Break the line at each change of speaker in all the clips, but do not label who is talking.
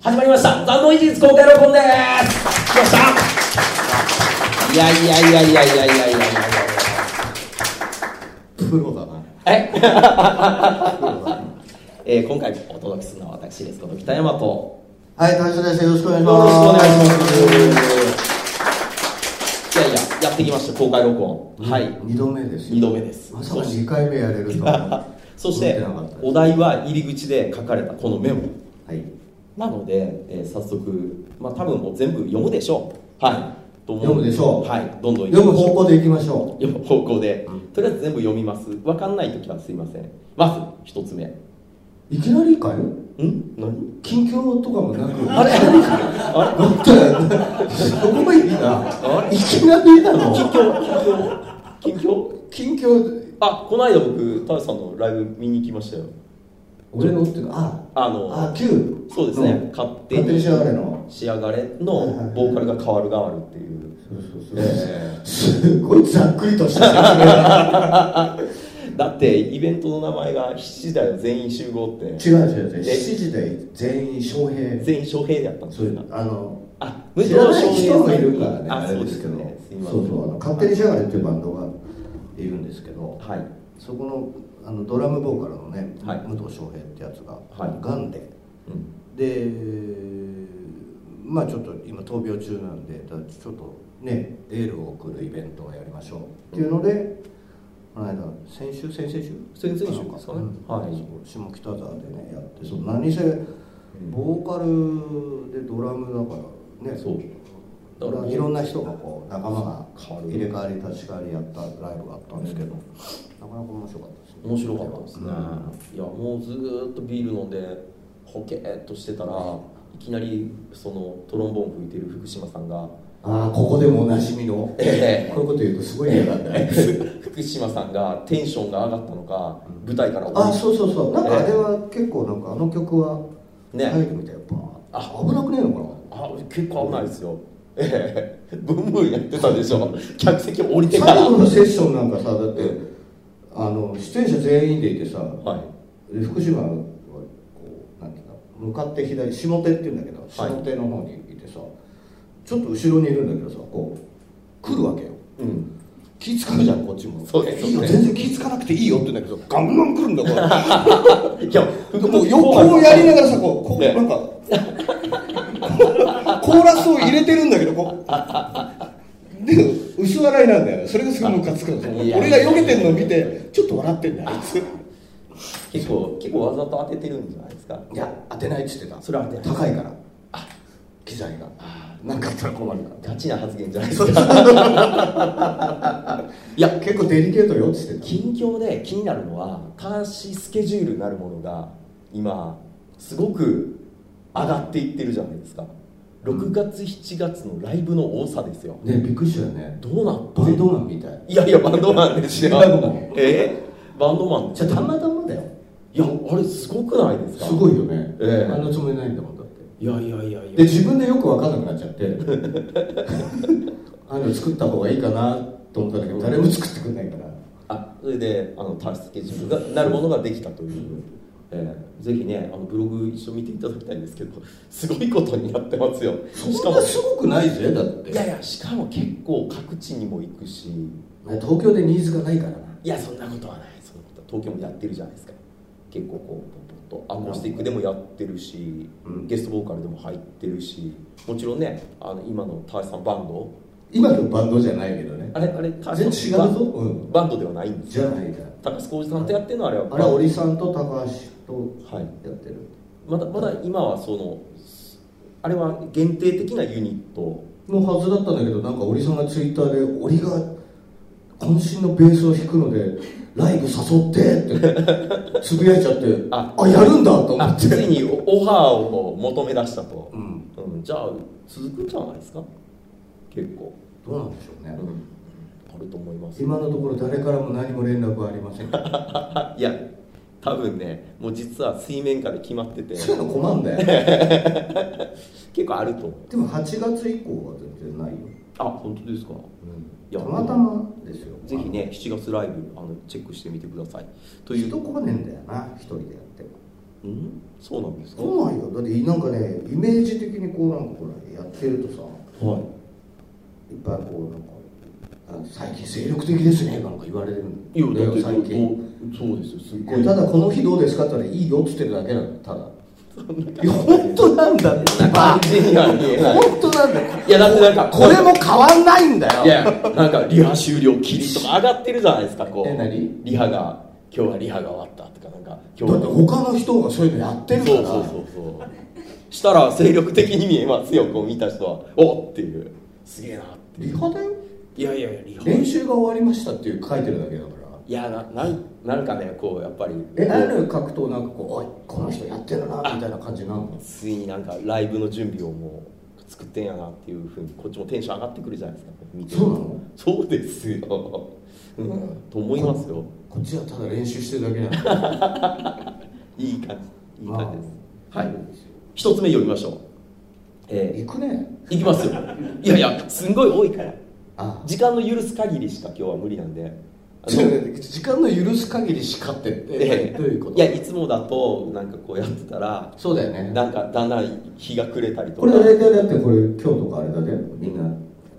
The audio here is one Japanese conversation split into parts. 始まりました残能事実公開録音です来ましたいやいやいやいやいやいやいやいやいや
プロだな。
え
プロだな
えー今回もお届けするのは私ですこと北山とよ
はい、大将です。よろしくお願
ろ
い
し
し
くお願
ます。
いしますいやいややってきました公開録音、はい
二度目ですよ。
二度目です
まさか二回目やれるとは。
そして
見なかったです
お題は入り口で書かれたこのメモ
はい。
なので、えー早速まあ多分もう全部読むでしょうはいと思
読むでしょう
はいどんどん
読む
いきましょう
方向でいきましょ
読む方向で、
うん
とりあえず全部読みます分かんない時はすいませんまず一つ目ん
う。いきなりかよ。
何
近況とかもなく。
あれあ
だって、すごいな。いきなりな
れ近
の。
況近況近況
近況、
あこの間僕田辺さんのライブ見に行きましたよ
俺のっていうか、あ、
あの
あ、九。
そうですね、
ん
勝手
勝手に
に
しやがれの。
仕上がれ
はいはいは
の
い
ボーカルが変わる変わるっていう
そうそうそう
え
すごいざっくりとした説明だ。
だってイベントの名前が「7時だよ全員集合」って
違う違う違う。
え
7時で全員翔平。
全員翔平だったんです
そうい
よ
うあの
あ
知らない人もいるからね
あ
あ
そ
れ
う
で
ですす
けど
ねすいませ
そ
ん
うそうあの勝手にしやがれっていうバンドがいるんですけど
はい
そこのあのドラムボーカルのね、
はい
武藤翔平ってやつが
はい
がんで、
うん
でまあちょっと今闘病中なんでだちょっとねエールを送るイベントをやりましょうっていうので、この間先週先々週
先々週ですかね
うん
はい
そう下北沢でねやってそう何せボーカルでドラムだからね
そうだから
いろんな人がこう仲間が
変わる
入れ替わり立ち替わりやったライブがあったんですけど、なかなか面白かったですね
面白かったですね、いやもうずーっとビール飲んでホケーっとしてたらいきなりそのトロンボーン吹いてる福島さん が
ああここでもおなじみの、
ええ
こういうこと言うとすごい嫌なんだ ね
福島さんがテンションが上がったのか
うん
舞台から降り
あそうそうそうなんか
ええ
あれは結構なんかあの曲は
ね
入るみたいやっぱ、
あ
危なくねえのか
あ結構危ないですよええブンブンやってたでしょ客席降りて
な
から
最
は
後のセッションなんかさだって、
う
あの出演者全員でいてさ、
い
で福島はこうなんていうか向かって左下手っていうんだけど下手の方にいてさ、ちょっと後ろにいるんだけどさこう来るわけよ
うん
気使うじゃんこっちも
そうです
いいよ
そうです
全然気使わなくていいよって言うんだけどガンガン来るん だこ
いや
れもう横をやりながらさこうこう
ね
なんかコーラスを入れてるんだけどこうで薄笑いなんだよねそれがすごいムカつくのその
いや
俺が避けてるのを見てちょっと笑ってんだよあいつ
結構結構わざと当ててるんじゃないですか
いや当てないっつってた
それは当てない
高いから機材がなんかあったら困るから
ガチな発言じゃないですか
いや結構デリケートよっつって
近況で気になるのは監視スケジュールなるものが今すごく上がっていってるじゃないですか6月7月のライブの多さですよ
たねびっくりしたよね
どうなって
バンドマンみたい
いやいやバンドマンですよ
バンドマン
えーバンドマン
じゃあたまたまだよ
いやあれすごくないですか
すごいよね
ええ
あんなつもりないんだもんだって
いやいやいやいや
で自分でよく分かんなくなっちゃって ああいうの作った方がいいかなと思ったんだけど誰も作ってくんないから
あそれであのタスケジュールがなるものができたという、えーぜひねあのブログ一緒見ていただきたいんですけどすごいことになってますよし
そ
か
ん
も
なすごくないぜだって
いやいやしかも結構各地にも行くし
東京でニーズがないからない
やそんなことはないそんなことは東京もやってるじゃないですか結構こうポンポンとアコースティックでもやってるし、
うん
ゲストボーカルでも入ってるしもちろんねあの今の田橋さんバンド
今のバンドじゃないけどね
あれあれ田
全
橋
然違う
さんバン
ぞうん
バンドではないんです
じゃないから
高橋浩二さんとやってるのはあれは
あれは織さんと高橋
はい
とやってる、
まだまだ今はそのあれは限定的なユニット
のはずだったんだけどなんか織さんがツイッターで織が渾身のベースを弾くのでライブ誘ってってつぶやいちゃって
あ
あやるんだと思
あ
っ
つ
て
いにオファーを求め出したと
う、ん
うん、じゃあ続くんじゃないですか結構、
どうなんでしょう
う
ね、
ん、あると思います
今のところ誰からも何も連絡はありま せん
あいや多分ねもう実は水面下で決まって て
そういうの困んだよ
結構あると思う
でも8月以降は全然ないよ、
あ本当ですかいや
たまたまですよ
ぜひね7月ライブあのチェックしてみてくださいという
人来ねえんだよな一人でやっても
ううんそうなんですか
そうなんよだってなんかねイメージ的にこうなんかこれやってるとさ
はい
いっぱいこうなんかあの最近精力的ですねなんか言われるん
いやだって
最近
どうそうですよすっご
い
い
やただこの日どうですかって言ったらいいよって言ってるだけなのただいや本当なんだよ
感じには見えない
本当なんだよ
いやだってなんか
これも変わんないんだよ
いやなんかリハ終了キリとか上がってるじゃないですかこう
え何
リハが今日はリハが終わったとかなんか
だ
今日
って他の人がそういうのやってるから
そうそうそうそうしたら精力的に見えますよこう見た人はおっっていうすげえなって
リハだよ
いやいやいやリハ
練習が終わりましたっていう書いてるだけだから
いやななんなんかねこうやっぱり
えある格闘なんかこうおいこの人やってるなみたいな感じになるの
ついになんかライブの準備をもう作ってんやなっていうふうにこっちもテンション上がってくるじゃないですか見てる
そうなの
そうですよ、うん
うん
と思いますよ
こっちはただ練習して るだけなの
いい感じいい感じです、
まあ
はい一つ目読みましょうえ
行くね
ー、いきますよいやいやすんごい多いから
あ
時間の許す限りしか今日は無理なんであ
ちょ
の
っと待って時間の許す限りしかってえ
え
どういうこと
いやいつもだとなんかこうやってたら
そうだよね
なんかだんだん日が暮れたりと
こ
か
れ大体だってこれ今日とかあれだねみんな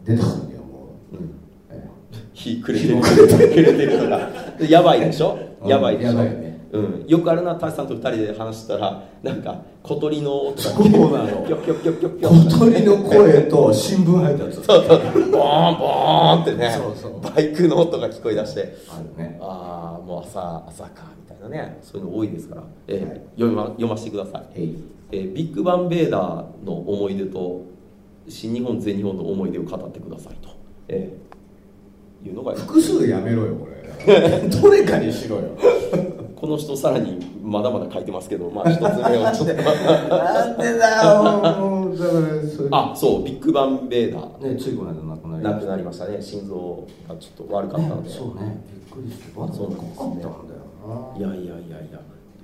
出たんだよもう、
うん
え
日暮れてる暮れてるとかやばいでしょ
うん
やばいでしょ
やばいね
うん、よくあるな舘さんと二人で話したらなんか小鳥の音が
そうなの
ピョキョキョキョキョ
え
キョ
小鳥の声と新聞配達
そうそうボーンボーンってね
そうそう
バイクの音が聞こえだして
あるね
ああもう朝朝かみたいなねそういうの多いですから、えー読ま読ませてください
えい
えービッグバンベーダーの思い出と新日本全日本の思い出を語ってくださいと、えーいうのが
複数やめろよこれ どれかにしろよ
この人さらにまだまだ書いてますけどま あ一つ目をちょっと
なんでだよもうだからそれ
あそうビッグバンベーダー
ねついこの間亡くなり
亡くな
り
りましたね心臓がちょっと悪かったん
ね
で、
そうねびっくりしてまだ
そう
か
な
か
ん
っ
です
た
ね
んだよない
やいやいやいや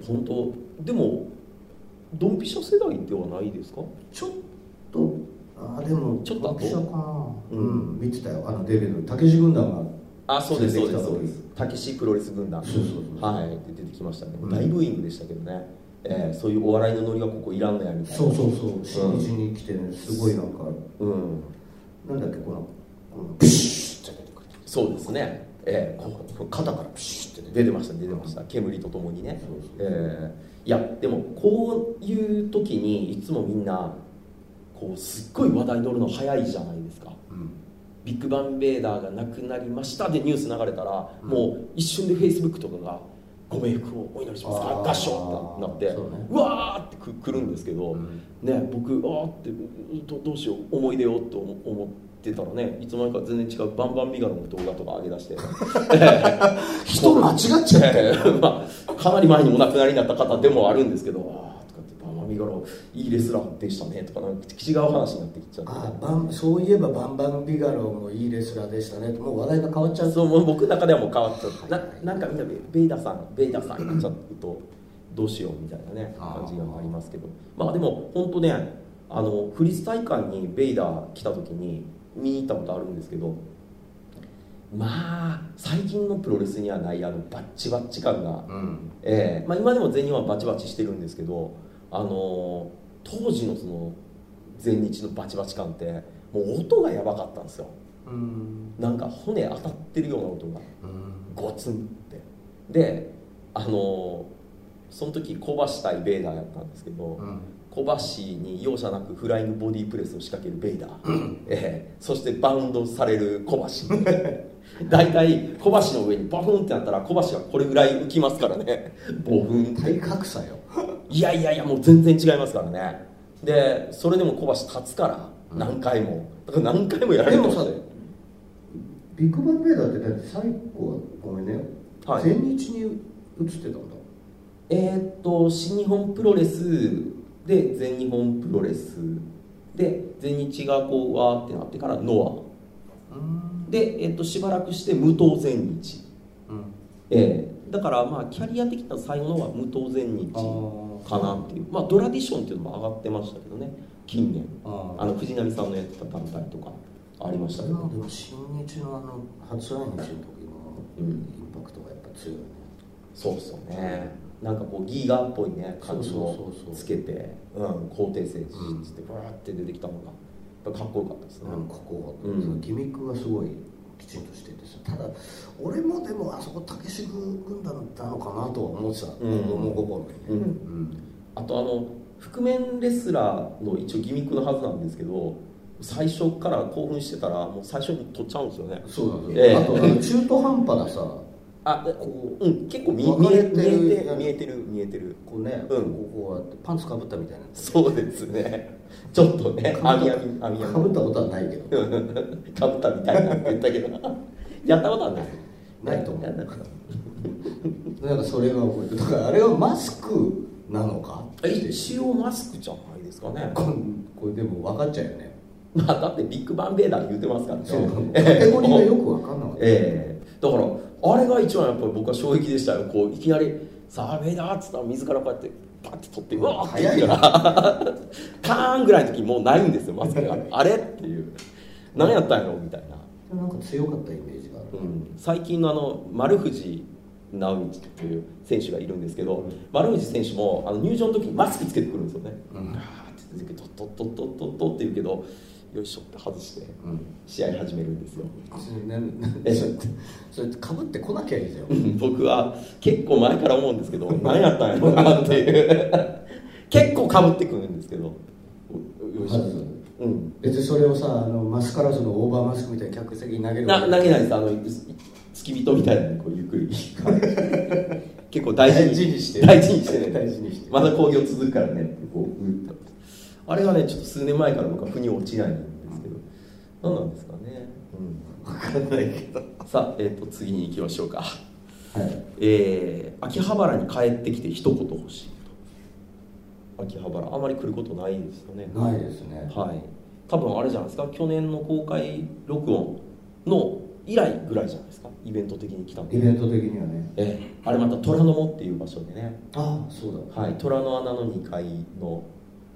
本当でもドンピシャ世代ではないですか
ちょっとあでも
ちょっと後
役者かなう
うんん、
見てたよあのデビューのたけし軍団が
あそうですそうですそうで
出て
すたけしプロレス軍団
そうそうそう
はいで出てきましたね
うん
大ブーイングでしたけどね、えーそういうお笑いのノリがここいらんのやみたいな
そうそうそう新日に来てねすごいなんか
うん
なんだっけこのこのピシッって出てくる
そうですねええここ肩からピシッてね出てました出てました煙とともにね
そうそう
ええいやでもこういう時にいつもみんなこうすっごい話題に乗るの早いじゃないですか
うん
ビッグバンベーダーがなくなりましたでニュース流れたら、
うん
もう一瞬でフェイスブックとかが「ご冥福をお祈りします
あ
か
ー
合唱」ってなって
そう
う,、
ね
わーってくくるんですけど、
うん
ね僕あーってうどどうしよう思い出をと思思ってたらねいつの間にか全然違うバンバンビガロの動画とか上げ出 して
人間違っちゃったよ
えーまあ、かなり前にお亡くなりになった方でもあるんですけど「あー」とかって「バンバンビガロいいレスラーでしたね」とかなんか違う話になってきちゃって
あバンそういえばバンバンビガローもいいレスラーでしたねもう話題が変わっちゃう
そうもう僕の中ではもう変わっちゃってななんかみんなベベイダーさんベイダーさんになっちゃうとどうしようみたいなね
あー
感じがありますけどまあでも本当ねあのフリス大会にベイダー来た時に見に行ったことあるんですけどまあ最近のプロレスにはないあのバッチバッチ感が、
うん
ええまあ、今でも全日本はバチバチしてるんですけどあの当時のその全日のバチバチ感ってもう音がやばかったんですよ
うん
なんか骨当たってるような音が。
うん
ゴツンってであのその時小橋対ベイダーやったんですけど、小橋に容赦なくフライングボディープレスを仕掛けるベイダー、ええそしてバウンドされる小橋 大体小橋の上にバフンってなったら小橋はこれぐらい浮きますからねボフンって
体格差よ
いやいやいやもう全然違いますからねでそれでも小橋立つから
うん
何回もだから何回もやられてましたよ
でもビッグバンベーダーってだって最後はごめんね、
はい
全日に移ってたんだ
えーっと新日本プロレスで全日本プロレスで全日がこうわーってなってからノ
うん
アで、えーっとしばらくして無党全日、
うん
えーだからまあキャリア的な最後のは無党全日
あ
かなっていうまあドラディションっていうのも上がってましたけどね近年
あ
あの藤波さんのやってた団体とかありましたけ
で
ど
も新日のあの初来日の時の
うん
インパクトがやっぱ強いよね
そうっすよねなんかこうギーガーっぽいね感じ
そう
を
そうそうそう
つけてうん高低線
うん
してバーって出てきたのがやっぱかっこよかったですね、
うんここ
うん
そのギミックがすごいきちんとしててさただ俺もでもあそこ武志軍団なのかなとは思ってた子
うん
供心にね
うん
うん
あとあの覆面レスラーの一応ギミックのはずなんですけど最初から興奮してたらもう最初に取っちゃうんですよね
そうなん
え
だ
え
よあとあの中途半端なさ
あでこううん結構見見
分か
え
れ
見
てる
えて見えてる見えてる
こうね、
うん
こうこうやってパンツかぶったみたいな
そうですねちょっとね
か
網
ぶ
や
っ
み網や
たかぶったことはないけど
みかぶったみたいなって言ったけ どやったことはない
ないと思う
やったこ
なんかそれが覚えてだからあれはマスクなのか
とない一応マスクじゃないですかね
こんこれでも分かっちゃうよね
まあだってビッグバンベーダー言うてますからね
カテゴリーがよく分かんなかった
ええだからあれが一番やっぱり僕は衝撃でしたよこういきなり「さあベイダー」っつったら自らこうやってパッて取ってうわーって
早い
からパーンぐらいの時もうないんですよマスクがあれっていう何やったんやろみたいな、
なんか強かったイメージがあ
う
る、
ん、最近のあの丸藤直道っていう選手がいるんですけど、丸藤選手もあの入場の時にマスクつけてくるんですよね、
うん
あーって出てきてドッドッドッドッドッって言うけどよいしょって外して
うん
試合始めるんですよ
な
え
それそれかぶってこなきゃいいじゃん
うん 僕は結構前から思うんですけ ど何やったんやろうなっていう 結構かぶってくるんですけどうよいしょ
外す
うん
別にそれをさあのマスカラスのオーバーマスクみたいに客席に投げる
な投げない
い
ですあの付き人みたいなのにこうゆっ くり結構大事に
大事にして
大事にしてね
大事にして
まだ興行続くからねってこううんあれがねちょっと数年前から僕は腑に落ちないんですけど何なんですかね、
分かんないけど
さあ、えっと次に行きましょうか
はい
えー秋葉原に帰ってきて一言欲しいと秋葉原あまり来ることないんですよね
ないですね
はい多分あれじゃないですか去年の公開録音の以来ぐらいじゃないですかイベント的に来たの
イベント的にはね
ええあれまた虎ノ門っていう場所でね
ああそうだ
はい虎の穴の2階の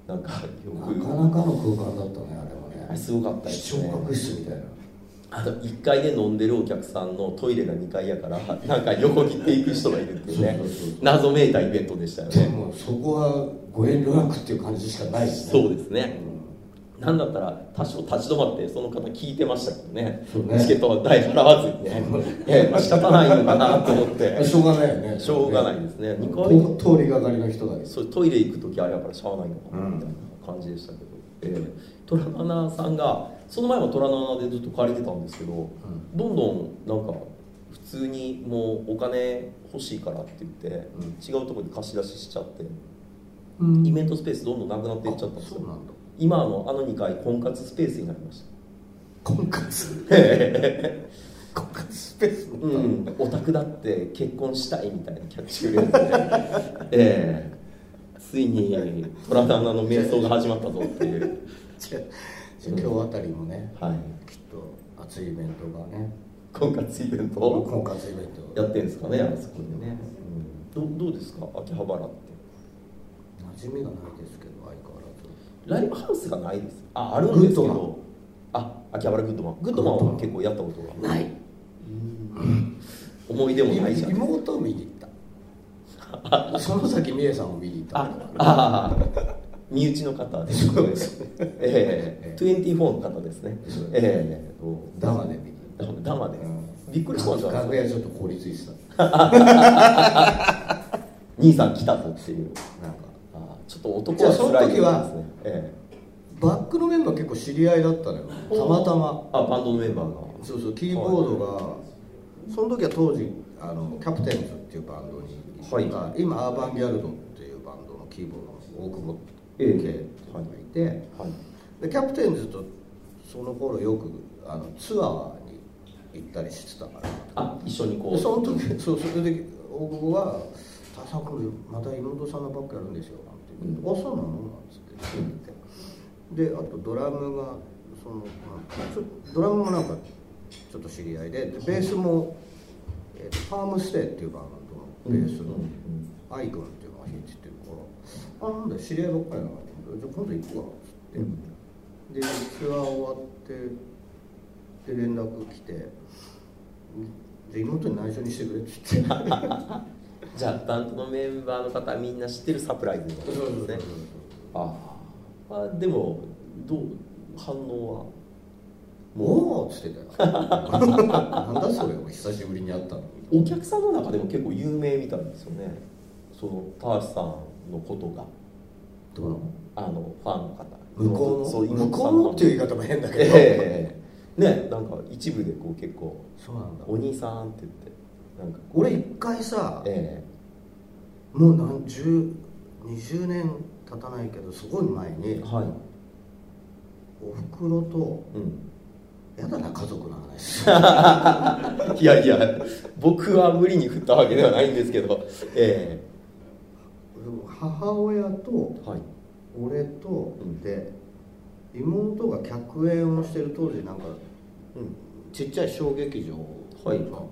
なんかよ
なか
く
なかの空間だったねあれは
あ
ね
れすごかったです
視聴
ね
覚室みたいな
あの1階で飲んでるお客さんのトイレが2階やからなんか横切っていく人がいるっていうね
そうそうそう
謎めいたイベントでしたよ
で
ね
もそこはご遠慮なくっていう感じしかないしね
そうですねなんだったら多少立ち止まってその方聞いてましたけどね
そうね
チケットは代払わずにねええまあ仕方ないのかなと思っ
うん
て
しょうがないよね
しょうがないですね二回
と通りがかりの人だけど
そうトイレ行く時あれやからしゃあないのかな
うん
みたいな感じでしたけど、ええ虎の穴さんがその前は虎の穴でずっと借りてたんですけど、
ん
どんどんなんか普通にもうお金欲しいからって言って、
うん
違うところに貸し出ししちゃって
うん
イベントスペースどんどんなくなっていっちゃったんです
そ
よ
うなんだ
今あのあの2階婚活スペースになりました
婚活 婚活スペース
う
の
ん、オタクだって結婚したいみたいなキャッチフレーズで、 ええついに虎の穴の瞑想が始まったぞっていう、
違う今日あたりもね
はい、
きっと熱いイベントがね
婚活イベントを
婚活イベント
やってるんですかねあそこでね、うん、どどうですか秋葉原って
馴染みがないですけど相変わら
ラ
ず
イブハウスがないですああるんですけ
グッドマン
どあ秋葉原グッドマングッドマンは結構やったことが
ない
思い出もないじゃん
妹を見に行ったその先美恵さんを見に行った
ああー身内の方ですねええ24の方ですね
そうです
ええ
ダマで見に
ダマダマで
うん
びっくりしたんじゃない
楽
ですか
屋ちょっと凍りついてた
兄さん来たぞっていう
なんか
あーちょっと男は辛いです
じゃあその時
ね
は、
え
バックのメンバー結構知り合いだったのよ
え
たまたま
あバンドのメンバーが
そうそうキーボードが、その時は当時あのキャプテンズっていうバンドに一緒にいた、今アーバンギャルドっていうバンドのキーボードの大久保
え
圭
え
っていうのがいて、
はい
でキャプテンズとその頃よくあのツアーに行ったりしてたから
あ一緒にこ
で
う
その時 そうそれで大久保が「田さんこれまた妹さんがばっかやるんですよ」なんて言って「あそうなの?」なんつって言ってであとドラムがそのなんかちょドラムもなんかちょっと知り合いででベースも、えーとファームステイっていうバンドのベースの
うんうん
愛君っていうのが弾いててるから「あなんだ知り合いばっかりなの?」じゃあ今度行くわ」っつって。
うん
でツアー終わってで 連絡来て「じゃあ妹に内緒にしてくれ」って言って
じゃあバンドのメンバーの方はみんな知ってるサプライズみたいなことですねあーあでもどう反応は
おおっつってたよ なんだそれお久しぶりに会ったの
お客さんの中でも結構有名みたいですよねその田橋さんのことが
どうなの
あのファンの方
向こう
そう
の向
妹
こ
さ
うんのっていう言い方も変だけど、
ええねなんか一部でこう結構
そうなん
「
だ
お兄さん」って言ってなんか
俺一回さ
え
もう何十20年経たないけどすごい前
え
に
はい
おふくろと
うん
やだな家族の話
いやいや僕は無理に振ったわけではないんですけどえ
母親と
えはい
俺と
うん
で妹が客演をしてる当時なんか
うん
ちっちゃい小劇場の
はい
と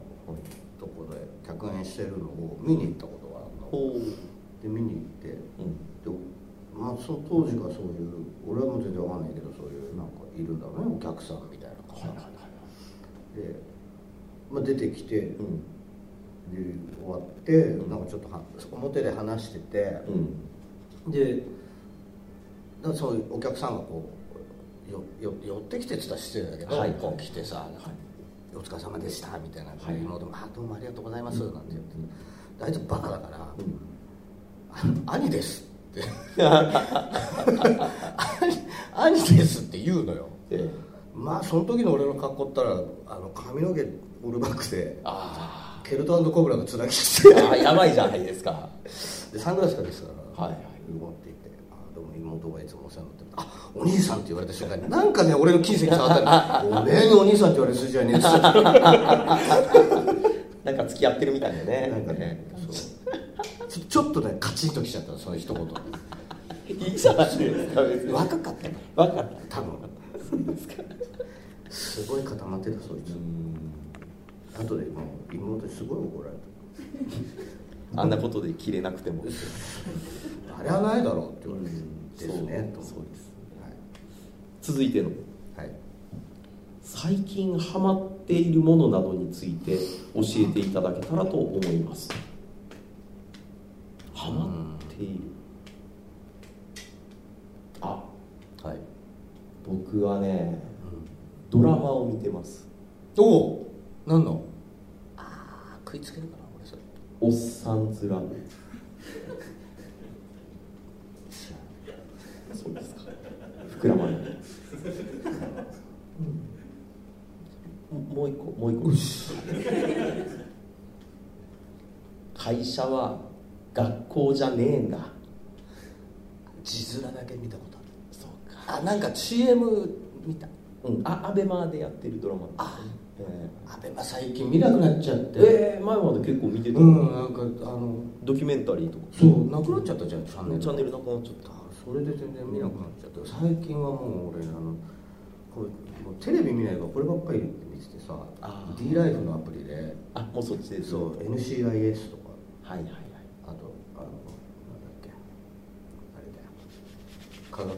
こで客演してるのを見に行ったことがあるの
ほう
で見に行ってで、
うん
まあ、その当時がそういう俺はもう全然わかんないけどそういうなんかいるんだろうねお客さんみたいな感じ
はいはいはい
で、まあ、出てきてで
うん
終わってなんかちょっとは表で話してて
うん
でだからそういうお客さんがこうよよ寄ってきてって言ったら失礼だけど、
はい
こう来てさ、お疲れ様でした」みたいな
はい
妹も「あどうもありがとうございます」なんて言ってであいつバカだから
う
「
ん
あ兄です」って 「兄兄です」って言うのよ
ええ
まあその時の俺の格好ったらあの髪の毛オールバックで
あ
ケルトコブラの面着
ー
て
あーやばいじゃないですか
でサングラスかけてたから
はいはい
持っていって「あでも妹がいつもお世話になってる」あお兄さん」って言われた瞬間になんかね俺の金銭に触った の「おめえにお兄さん」って言われる筋合いねえっつってた
なんか付き合ってるみたいでね
なんかねそうちょちょっとねカチンときちゃったのその一言
ええいいじゃないですか別にわ
若かったの
わかった
多分すごい固まってたそいつ後でもう妹にすごい怒られ
あんなことで切れなくても
た「あれはないだろう」って言われて
うん
「ですね」と
そうそう
思っ
です
て
続いての
はい、はい
最近ハマっているものなどについて教えていただけたらと思いますハマっているあ
はい
僕はねドラマを見てます
おお何のああ食いつけるかな俺それ
「おっさんずラブ」そうですか膨らまない、ももう一個もう一個会社は学校じゃねえんだ
字面だけ見たこと
そうか
あるあなんか CM 見た
うんあアベマでやってるドラマ
あ
え
あでも最近見なくなっちゃって
えええ前まで結構見てた、
うんなんかあの
ドキュメンタリーとか
そうなくなっちゃったじゃんチャンネル
チャンネルなくなっちゃっ
だからそれで全然見なくなっちゃって最近はもう俺あのこれもうテレビ見ないからこればっかり見ててさ
あー
D ライフのアプリで
たあもうそっちです
そう NCIS とか
はいはいはい
あとあのなんだっけあれだよ科学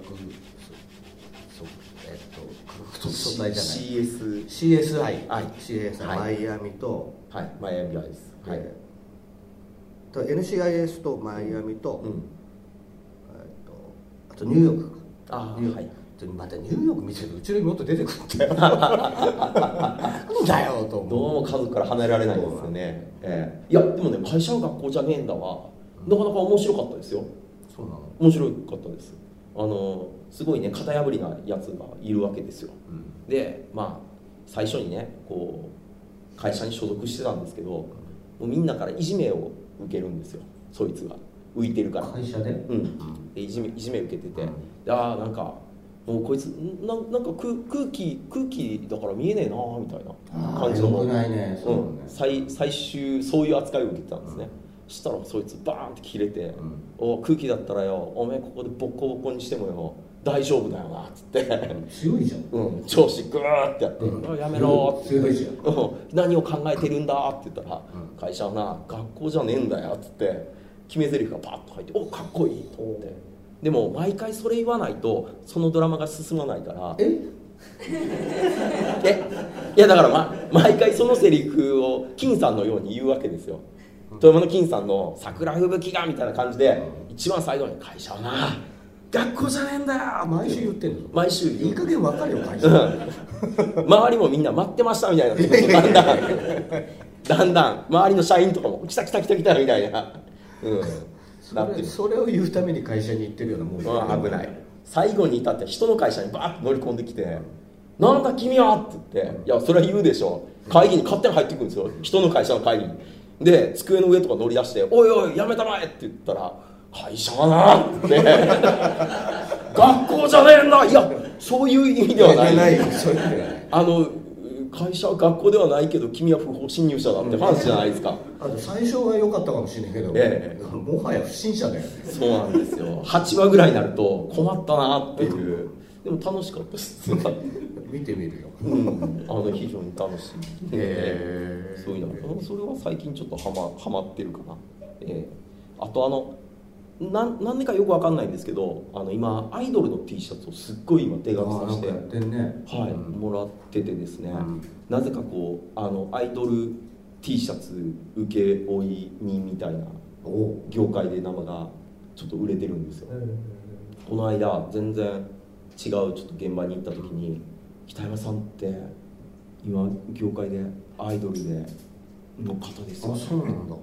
そそうえっと科学特捜隊じゃない
CS
CSI
はい
CSI
は
マ
い
イアミと、
はいマイアミライス
は NCIS とマイアミと、
うん
えっとあとニューヨークか
あー
ニューヨーク
はい
でまたニューヨーク見てるとうちの妹出てくるんだよなんだよと
ど
思う
うも家族から離れられないですよね、ええいやでもね会社は学校じゃねえんだわなかなか面白かったですよ
そうなの
面白かったですあのすごいね型破りなやつがいるわけですよ
うん
でまあ最初にねこう会社に所属してたんですけどもうみんなからいじめを受けるんですよそいつが浮いてるから
会社で
うんでいじめいじめ受けてて、
うん
でああなんかもうこいつんなんなんか空空気空気だから見えねえなーみたいな感じの
あー良くないねそう
うん、
だね
最最終そういう扱いを受けてたんですね、したらそいつバーンって切れて「
ん
お空気だったらよおめえここでボッコボコにしてもよ大丈夫だよな」っつって、
強いじゃん
うん、上司グーってやって「
うん
あやめろ」って言っ
強
て
いじゃん
うん何を考えてるんだ」って言ったら
う
「
ん
会社はな学校じゃねえんだよ」っつって決め台詞がパッと入って「おかっこいい」と思ってでも毎回それ言わないとそのドラマが進まないから
え
えいやだから、ま、毎回そのセリフを金さんのように言うわけですよ、富山の金さんの「桜吹雪が」みたいな感じで一番最後に「会社はな学校じゃねえんだよ!」
毎週言ってんの
毎週言う
いい加減分かるよ会社
周りもみんな待ってましたみたいなだんだんだんだん周りの社員とかも来た来た来た来たみたいな、うん、な
そ
って
れ
る、
それを言うために会社に行ってるようなもんだよ
うん、危ない最後に至って人の会社にバーッと乗り込んできて「なんだ君は!」って言って「いやそれは言うでしょ会議に勝手に入ってくるんですよ人の会社の会議に」で机の上とか乗り出して「おいおいやめたまえ!」って言ったら「会社はな!」って「学校じゃねえんだ!」いやそういう意味ではない
ないよそういう意味ではない
あの会社は学校ではないけど君は不法侵入者だって話じゃないですか、
あと最初は良かったかもしれないけど、
ええ
もはや不審者だよね
そうなんですよ8話ぐらいになると困ったなっていうでも楽しかったです、うん、あ
見てみるよ
の非常に楽しい
へえ
そういうのそれは最近ちょっとハマハマってるかな、ええあとあのなんなんでかよくわかんないんですけどあの今アイドルの T シャツをすっごい今手書
あ
き
あな
さ
ん
せ
か
て
やってんね
はい、
うん
もらっててですね、
うん
なぜかこうあのアイドル T シャツ請負い人みたいな
おお
業界で生がちょっと売れてるんですよ、この間全然違うちょっと現場に行った時に北山さんって今業界でアイドルでの方ですよ
あそうなんだ、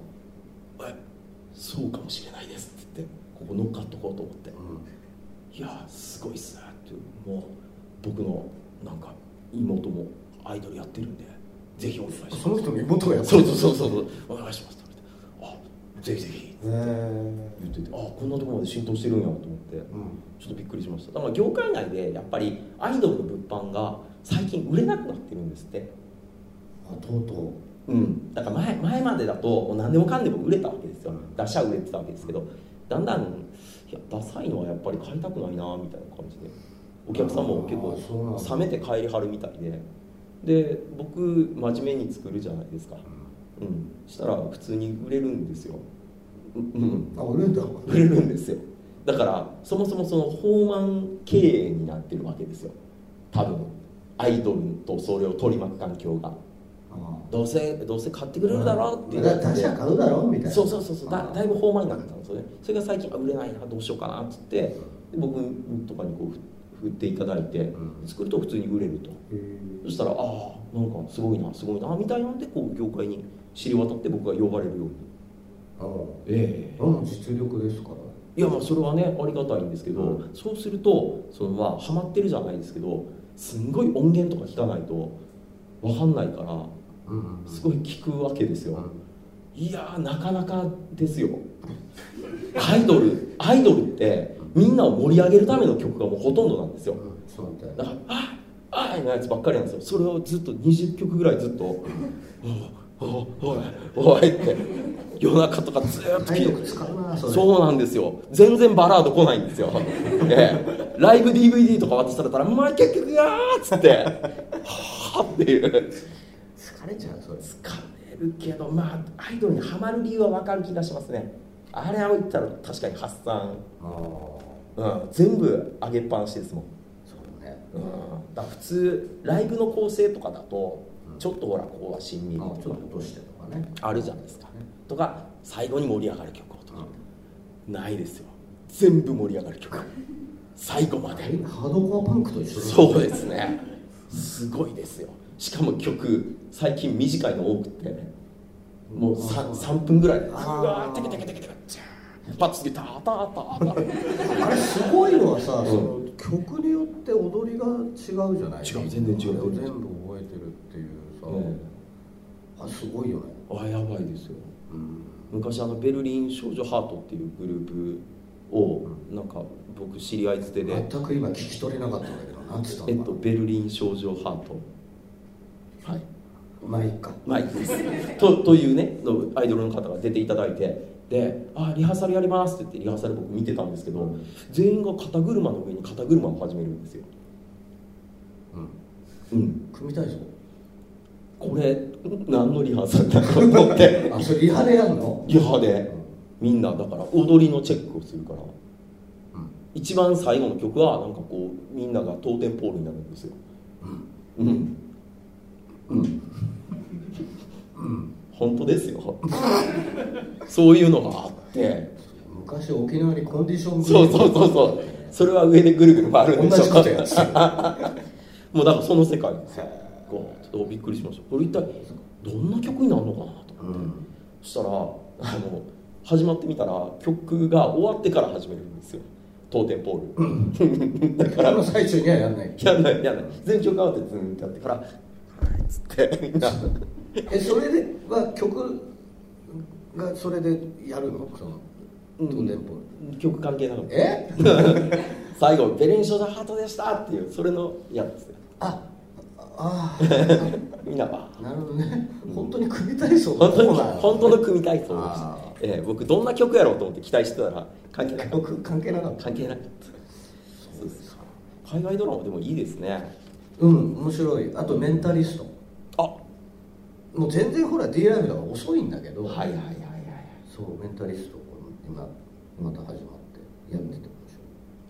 えそうかもしれないですって言ってここ乗っかっとこうと思っていやーすごいっすねってもう僕のなんか妹もアイドルやってるんでぜひお願いしま
うん、
す
その人の妹がやって
そう
へ
そうそうそうお願いしますって言われてあぜひぜひ
えうん
言っててあこんなとこまで浸透してるんやと思ってちょっとびっくりしましただから業界内でやっぱりアイドルの物販が最近売れなくなってるんですって
あとうとう
うん、だから前前までだともう何でもかんでも売れたわけですよ出しゃ売れてたわけですけどだんだんいやダサいのはやっぱり買いたくないなみたいな感じでお客さんも結
あーそうなんだ
構冷めて帰りはるみたいでで僕真面目に作るじゃないですかうんしたら普通に売れるんですよううん
あ売れんだ
売れるんですよだからそもそもその放満経営になってるわけですよ多分アイドルとそれを取り巻く環境が
あ
どうせどうせ買ってくれるだろうっていう
だから他社買うだろうみたいな
そうそうそうそうだ
あ
だいぶ放慢になってたんですよねそれが最近あ売れないなどうしようかなっつってで僕とかにこうふ振っていただいて
ん
作ると普通に売れると
へえ
そしたらああなんかすごいなすごいなみたいなのでこう業界に知り渡って僕が呼ばれるように
ああ
え
どの実力ですから
いやまあそれはねありがたいんですけど、
う
そうするとそのまあハマってるじゃないですけどすんごい音源とか聞かないとわかんないから
うん
すごい聞くわけですよ、いやーなかなかですよアイドルアイドルってみんなを盛り上げるための曲がもうほとんどなんですよ
そうみたい
だ
な
から「あああのやつばっかりなんですよそれをずっと20曲ぐらいずっと「おおおいおい」って夜中とかずーっと聴い
体力
て
使うなそれ
そうなんですよ全然バラード来ないんですよ、ええ、ライブ DVD とか渡されたら「まあ結局やー」っつって「はあ」っていう。
疲れちゃうそれ
疲れるけどまあアイドルにハマる理由は分かる気がしますねあれを言ったら確かに発散、
ああ
うん、全部上げっぱなしですもん、
そうね
うん、だから普通ライブの構成とかだとちょっとほらここは親
あ
身
ちょ
と
っ
か
と落としてとかね
あるじゃないですか
ね
とか最後に盛り上がる曲をとかないですよ全部盛り上がる曲最後まで
ハードコアパンクと一緒だ
そうですねすごいですよしかも曲最近短いの多くてもう 3, 3分ぐらいでう
あー
わーテケテケテケテケジャーンパッツギタータータータ
あれすごいのはさ、その曲によって踊りが違うじゃない
違う全然違う
あれを全部覚えてるっていうさ、あすごいよね、
あやばいですよ
うん、
昔あのベルリン少女ハートっていうグループをなんか僕知り合いつてで
全く今聞き取れなかったんだけどなんつったの
えっとベルリン少女ハートはい
まあいいか
まあいいですと というねのアイドルの方が出ていただいてで「あリハーサルやります」って言ってリハーサル僕見てたんですけど全員が肩車の上に肩車を始めるんですよ、
うん
うん、
組みたいぞ
これ何のリハーサルだろうと思って
あそれリハでやるの
リハでみんなだから踊りのチェックをするから
うん
一番最後の曲はなんかこうみんながトーテンポールになるんですよ
うん
うんうん、本当ですよそういうのがあって
昔沖縄にコンディション
そうそうそうそうそれは上でぐるぐる回るんでしょ
同じことやって
もうだからその世界ですよこうちょっとびっくりしましたこれ一体どんな曲になるのかなと 思って、
うん
そしたらあの始まってみたら曲が終わってから始めるんですよ当店ポール、だか
あ
ら
の最中にはやんない
やんないやんない全曲が終わってズンってやってからつってみんな
えそれでは曲がそれでやるのその東電ポール
曲関係なかった
え
最後「ベレンショザハートでした」っていうそれのやつ
ああ
みんなわ
あなるほどね本当に組体操
本当に
コーナー
本当の組体操でした
あー、
ええ僕どんな曲やろうと思って期待してたら関係なかっ
曲関係なかった
た関係なかったそうですか海外ドラマでもいいですね
うん面白いあとメンタリスト
あは
もう全然ほら D ライブだから遅いんだけど、
いはいはいはいは
そうメンタリストこの今また始まってやってて面白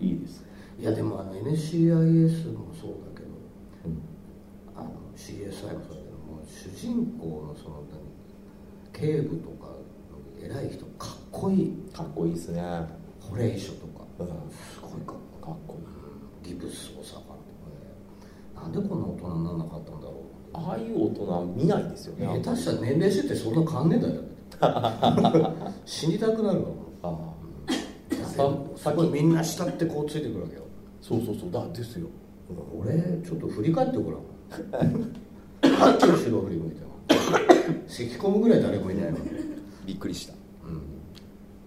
いいいですね、
いいやでもあの NCIS もそうだけど
うん
あの CSI もそうだけどもう主人公のその何警部とかの偉い人かっこいい
かっこいいですね、
ホレイショとか
うん、か
すごいかっこいい
っこいい
ギブス大阪とかねなんでこんな大人にならなかったんだろ
ああいう大人見ないですよね、
う下手したら年齢しててそんな変わんねえんだよ 死にたくなるわもう
ああ
さ
さ
っ
っ
き
き
みんな下ってこうついてくるわけよ
そうそうそうだですよ
俺ちょっと振り返ってごらんあっち後ろ振り向いて咳き込むぐらい誰もいないの
びっくりした
うん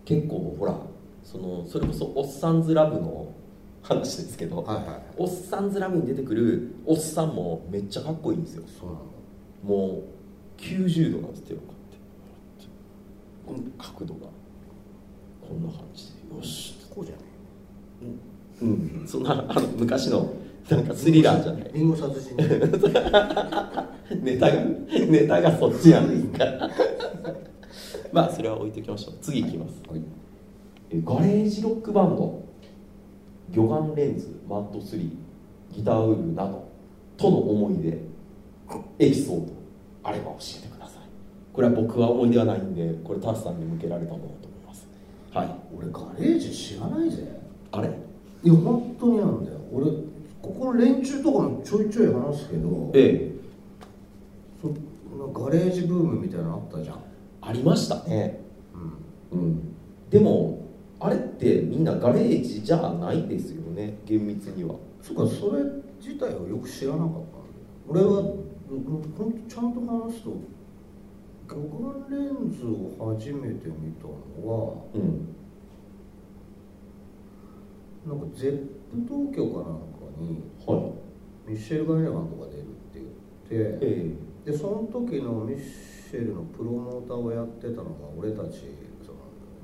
結構ほらそのそれこそ「おっさんずラブ」の話ですけど、
はいはい
おっさんずラブに出てくるおっさんもめっちゃかっこいいんですよ
そうなんだ
もう90度なんです手をこうやってこの角度がこんな感じでよし
こうじゃない
うんそんなあの昔のなんかスリラーじゃない
リンゴ殺人事件
ネタがネタがそっちなんですから まあそれは置いておきましょう次いきます、
はい
えガレージロックバンド魚眼レンズマット3ギターウールなどとの思い出エピソードあれば教えてくださいこれは僕は思い出はないんでこれタスさんに向けられたものだと思いますはい
俺ガレージ知らないぜ
あれ
いや本当になんだよ俺ここの連中とかもちょいちょい話すけど
ええ
そガレージブームみたいなのあったじゃん、
ありましたね
うん、
うんでもあれってみんなガレージじゃないですよね厳密には
そうかそれ自体をよく知らなかったんだよ俺は本当ちゃんと話すと魚眼レンズを初めて見たのは
うん
なんか ZEP 東京かなんかに
はい
ミッシェル・ガイレマンとか出るって言って、
え
でその時のミッシェルのプロモーターをやってたのが俺たちその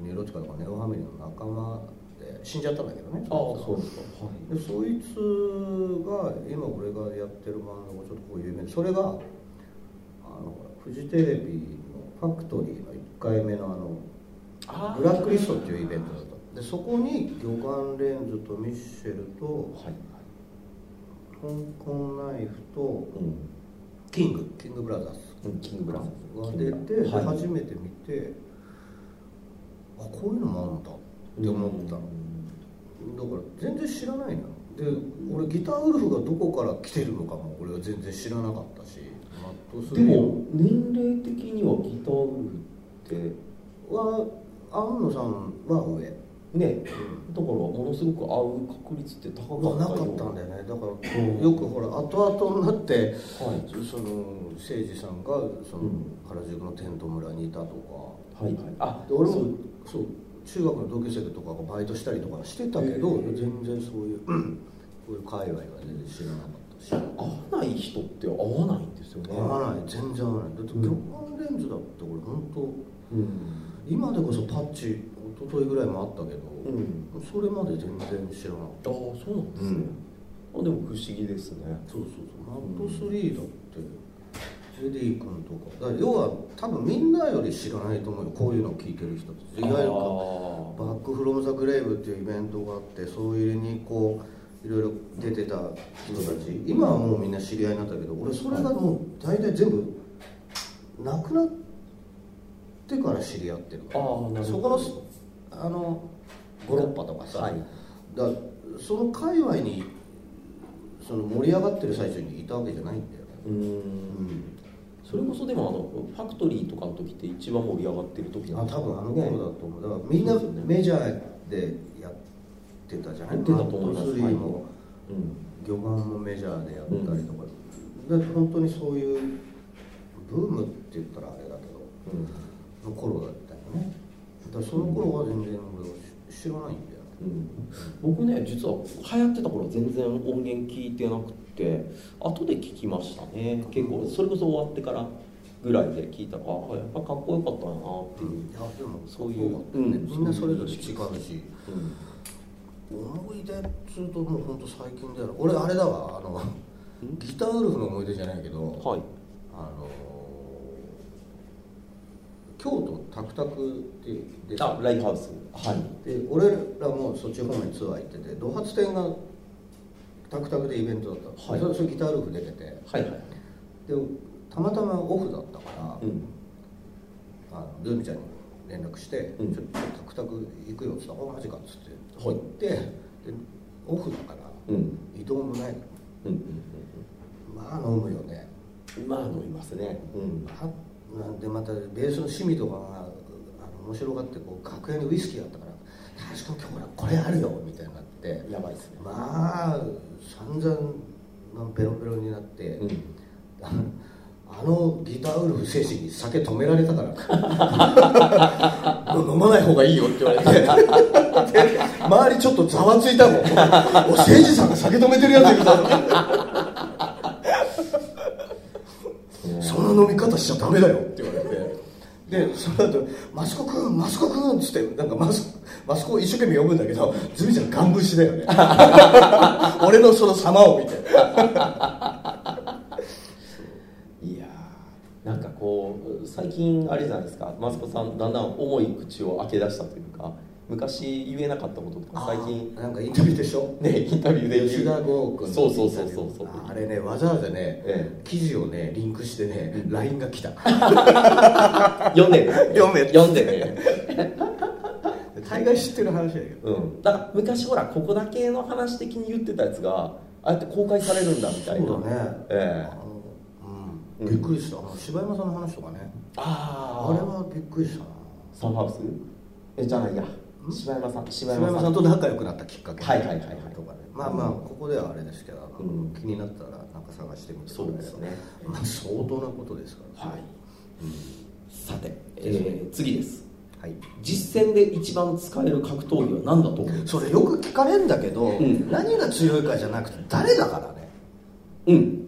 ネロチカとかネオハミリの仲間で死んじゃったんだけどね
えああそうですかは
でそいつが今俺がやってるバンドがちょっとこう有名でそれがあのほらフジテレビの「ファクトリー」の1回目のあの
あ
ブラックリストっていうイベントだったでそこに魚眼レンズとミッシェルと
はい
香港ナイフと
うん
キングキングブラザーズ
うんキングブラザ
が
ーズ
出て、で
はい
初めて見てあこういうのもあるんだって思ったの、だから全然知らないのよで俺ギターウルフがどこから来てるのかも俺は全然知らなかったしマットス
で
リー
も年齢的にはギターウルフって
は安野さんは上
ねだからものすごく合う確率って高
は
か
な
っ
か
たよ
ったんだよねだからこ
うん
うよくほら後々になって
はい
その誠司さんがその
うん
原宿のテント村にいたとか
はいはいあ
で俺も
そ
そうう中学の同級生とかがバイトしたりとかしてたけど、
へえ
全然そういう、うんこういう界隈は全然知らなかったし
合わない人って合わないんですよね
合わない全然合わないだって
うん
魚眼レンズだって俺本当
うん
今でこそパッチ一昨日ぐらいもあったけど、
うん
それまで全然知らなかっ
ああ
た
そうなんですね、あでも不思議ですね
そうそうそうマット3だって、ジェディ君とかだから要は多分みんなより知らないと思うよこういうのを聞いてる人っていわゆるか
あ
バックフロムザグレイブっていうイベントがあってそういうにこういろいろ出てた人たち今はもうみんな知り合いになったけど俺それがもう大体全部なくなっってから知り合ってるから
あーなる
そ
ほ
こ
ど
のあのゴロッパとかさ、
はい
だその界隈にその盛り上がってる最初にいたわけじゃないんだよね、
うーんそれこそでもあのファクトリーとかの時って一番盛り上がってる時
あ
なんです
多
か
分あの頃だと思うだからみんな
そうですよね
メジャーでやってたじゃない
やってたと思います
マットスリーも
うん
魚眼もメジャーでやったりとか、で本当にそういうブームって言ったらあれだけどの頃だったよねだからその頃は全然俺は知知らないんだよね
うん、僕ね実は流行ってた頃全然音源聞いてなくて後で聞きましたね結構それこそ終わってからぐらいで聞いたらあやっぱかっこよかった
ってい
な
う
っ
いやでも
そういう
だったよね
うん
みんなそれぞれ違うし
ていう、
思い出っつうともうほんと最近だよ俺あれだわあのギターウルフの思い出じゃないけど、
うん、はい
あの京都タクタクっていうで
あライブハウスはい
で俺らもそっち方面ツアー行っててド発展がタクタクでイベントだったの、
はい
それそれギターウルフ出てて
は
で
いはい
たまたまオフだったから、
うん
あのルミちゃんに連絡して「
うん
ちょっとタクタク行くよ」っつったら「おマジか」っつって
はい
行って、でオフだから
うん
移動もない
うんうん
まあ飲むよね
うんまあ飲みますねうん
はなんでまたベースの趣味とかがあの面白がってこう楽屋にウイスキーがあったから「確かに今日これこれあるよ」みたいになって
やばいっすね
まあ散々まあベロベロになって、
うん
あのあのギターウルフ精神に酒止められたから 飲まない方がいいよって言われてで周りちょっとざわついたもんお誠治さんが酒止めてるやついるだろその飲み方しちゃダメだよって言われてでその後マスコくんマスコくん」っつってなんかマスマスコを一生懸命呼ぶんだけどズミちゃんガン無視だよね俺のその様を見て
いやーなんかこう最近あれじゃないですかマスコさんだんだん重い口を開け出したというか昔言えなかったこととか最近
なんかインタビューでしょ
ねインタビューで言う
吉田剛君の
そうそうそうそうそう
あれねわざわざね、
え
記事をねリンクしてね LINE が 来た
読んでね
読め
読んでね
大概知ってる話だけど
うんだから昔ほらここだけの話的に言ってたやつがああやって公開されるんだみたいな
そうだね
ええう
う
ん
ん、びっくりしたあの柴山さんの話とかねあ
ああ
れはびっくりしたな
サンハウスえじゃないや柴山さん柴
柴山さんと仲良くなったきっかけ
はいはいはいはい
とかねまあまあここではあれですけど、あの
うん
気になったらなんか探してみて
そうですね
まあ相当なことですから
はい、さて、えー次です
はい
実戦で一番使える格闘技は何だと思う
それよく聞かれんだけど、
ん
何が強いかじゃなくて誰だからね
うん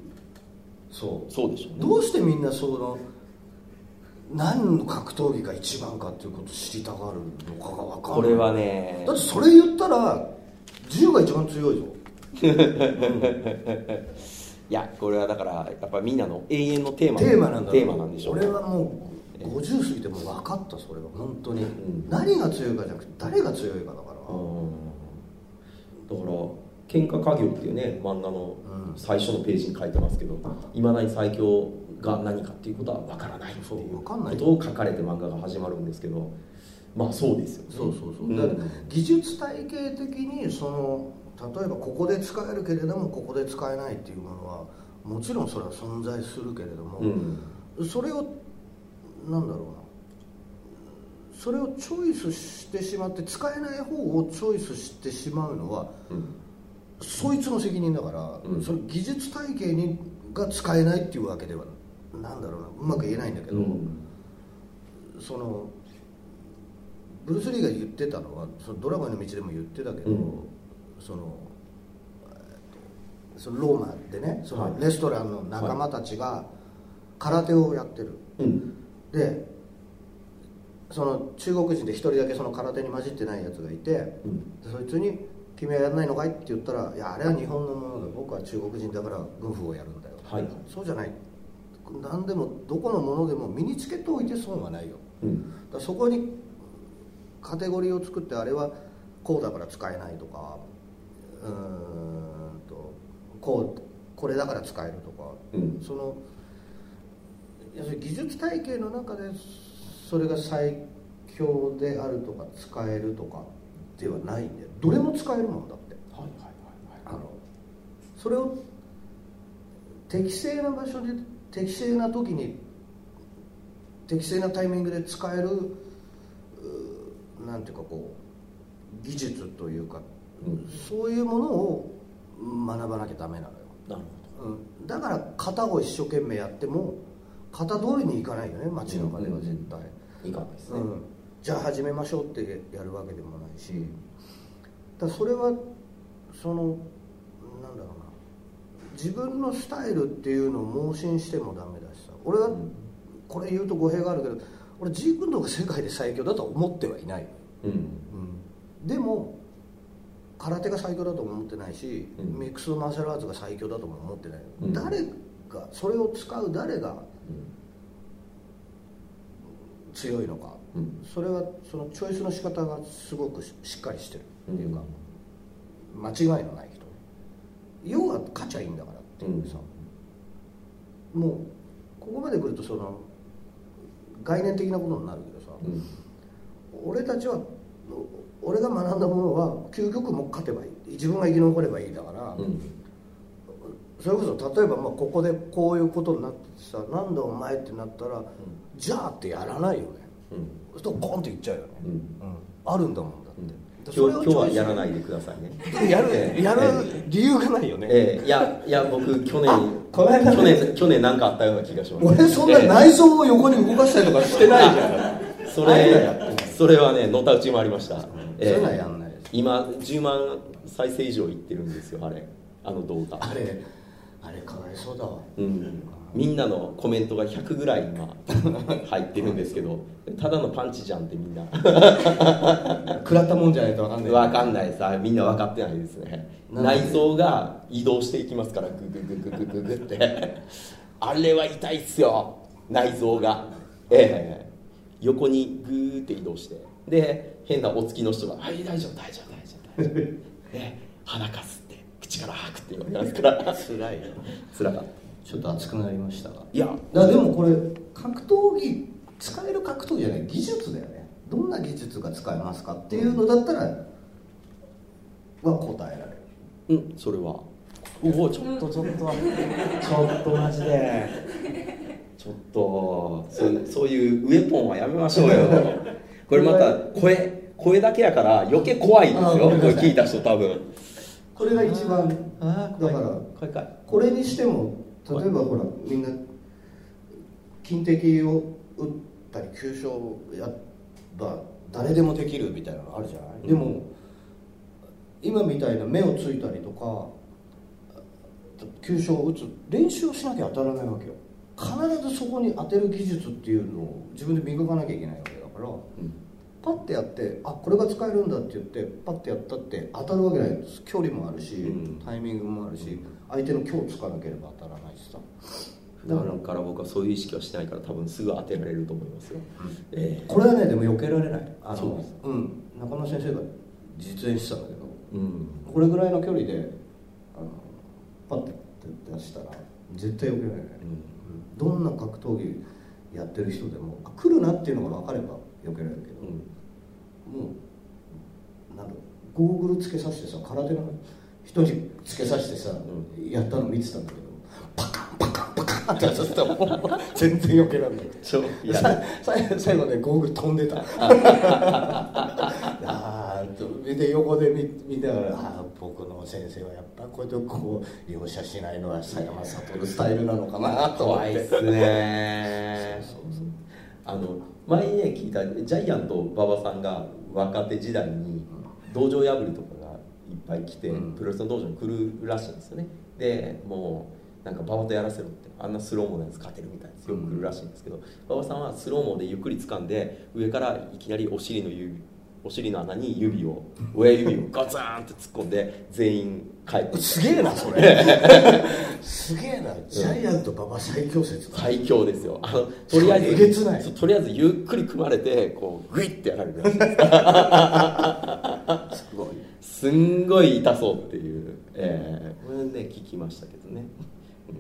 そう
そうでしょうね
どうしてみんなその何の格闘技が一番かっていうことを知りたがるのかが分かんない
これはね
だってそれ言ったら銃が一番強いぞ
いやこれはだからやっぱみんなの永遠のテーマ
テーマなんだ
テーマなんでしょうね
俺はもう50過ぎてもう分かったそれは本当に、
ん
何が強いかじゃなくて誰が強いかだか
う
ら、
んだから「喧嘩家業」っていうね漫画の
うん
最初のページに書いてますけどいま、未だに最強が何かっていうことは分からないって
そう
いう
分
こ
かんない
とを書かれて漫画が始まるんですけどまあそうですよね
そうそうそう、
ん
だから技術体系的にその例えばここで使えるけれどもここで使えないっていうものはもちろんそれは存在するけれども、
うん
それをなんだろうなそれをチョイスしてしまって使えない方をチョイスしてしまうのは
うん
そいつの責任だから、
うん
それ技術体系にが使えないっていうわけではなんだろうなうまく言えないんだけど、
うん
そのブルース・リーが言ってたのはそのドラゴンの道でも言ってたけど、
うん
そのえーとそのローマでねそ
は
の
い
レストランの仲間たちが空手をやってる、
うん
でその中国人で一人だけその空手に混じってないやつがいてで
うん
そいつに「君はやらないのかい?」って言ったら「いやあれは日本のものだ僕は中国人だから軍服をやるんだよ」
はい
そうじゃない何でもどこのものでも身につけておいて損はないよ
うん
だからそこにカテゴリーを作ってあれはこうだから使えないとかうーんとこうこれだから使えるとか
うん
その要するに技術体系の中でそれが最強であるとか使えるとかではないんでどれも使えるもんだって
はいはい
あ
はいはい
のそれを適正な場所で適正な時に適正なタイミングで使えるうーなんていうかこう技術というか、
うん
そういうものを学ばなきゃダメなのよ、
なる
うん、だから型を一生懸命やっても型通りにいかないよね街中では絶対、
ほどいかないですね、
うん、じゃあ始めましょうってやるわけでもないしだからそれはそのなんだろうな自分のスタイルっていうのを盲信してもダメだしさ俺は
うん
これ言うと語弊があるけど俺ジークンドーが世界で最強だとは思ってはいない、
うん
でも空手が最強だとも思ってないし、
うん
ミックスマーシャルアーツが最強だとも思ってない、
うん
誰がそれを使う誰が強いのか
うんうん
それはそのチョイスの仕方がすごくししっかりしてるっていうか、間違いのない人要は勝ちゃいいんだからっていうさ、もうここまで来るとその概念的なことになるけどさ、
うん
俺たちはお俺が学んだものは究極もう勝てばいい自分が生き残ればいいだから、
うん
それこそ例えばまあここでこういうことになっててさなんだお前ってなったら、じゃあってやらないよね
うん
そうするとゴンって言っちゃうよね、
うん
あるんだもんだって、
うん今日
それ
今
を
日は
チョイス
やらないでくださいね
や
え
る
え
やる
え
理由がないよね、
ええいやいや僕去年
この間ね
去年去年なんかあったような気がします
俺そんな内臓を横に動かしたりとかしてないじゃん、
ええそ
ああいうの
れ
やってない
それはねのたうちもありました、ええ
そういうのはやんないです
今10万再生以上いってるんですよあれあの動画
あれあれかわいそうだわ
うんみんなのコメントが100ぐらい今 入ってるんですけどただのパンチじゃんってみんな
食らったもんじゃないとわかんない
わかんないさみんな分かってないですね
なんで
内臓が移動していきますからグググググググってあれは痛いっすよ内臓がええ横にグーって移動してで変なお付きの人が「はい大丈夫大丈夫大丈夫大丈夫」ええ鼻かすって口から吐くって言われますから
つらいよ
辛かった
ちょっと熱くなりましたが
いや
だでもこれ格闘技使える格闘技じゃない技術だよねどんな技術が使えますかっていうのだったらは答えられる
うんそれはおおちょっとちょっとちょっとマジでちょっとそうそういうウェポンはやめましょ うよこれまた声声だけやから余計怖いです
あ
よこ
ごめん
れ
なさい
聞いた人多分
これが一番
あ
だから
怖い怖い
これにしても例えばほらみんな金敵を打ったり急所をやった誰でもできるみたいなのあるじゃない、でも今みたいな目をついたりとか急所を打つ練習をしなきゃ当たらないわけよ必ずそこに当てる技術っていうのを自分で磨かなきゃいけないわけだからパッてやってあこれが使えるんだって言ってパッてやったって当たるわけないです距離もあるし、
うん
タイミングもあるし相手の強つかなければ当たらないしさ
だからから僕はそういう意識はしないから多分すぐ当てられると思いますよ、ええ
これはねでも避けられないあの
そうです
ん、中村先生が実演してたんだけど
うん
これぐらいの距離であのパッて出したら絶対避けられない、うんどんな格闘技やってる人でもあ来るなっていうのが分かれば避けられるけど、
うん
もうなんだろうゴーグルつけさせてさ空手の人につけさせてさ、やったの見てたんだけどパカンパカンパカンってやっちゃったもう全然避けられない
ちょいや
さ最後最後ねゴーグル飛んで たあーで横で見見ながらあー僕の先生はやっぱこういうとこう容赦しないのは佐山悟スタイルなのかなと思っ
怖い
て
っすね
そうそうそう
あの前にね聞いたジャイアント馬場さんが若手時代に道場破りとかがいっぱい来て、
うん
プロレスの道場に来るらしいんですよねでもうなんか馬場とやらせろってあんなスローモのやつ勝てるみたいですよく来るらしいんですけど馬場さんはスローモでゆっくり掴んで上からいきなりお尻の指お尻の穴に指を親指をガツンって突っ込んで全員帰って
すげえなそれすげえなジャイアント馬場最強説だ
最強ですよあのとりあえず
えげつない
そうとりあえずゆっくり組まれてこうグイッてやられるらしいです
すごい
すんごい痛そうっていう、えーこれね聞きましたけどね、うん、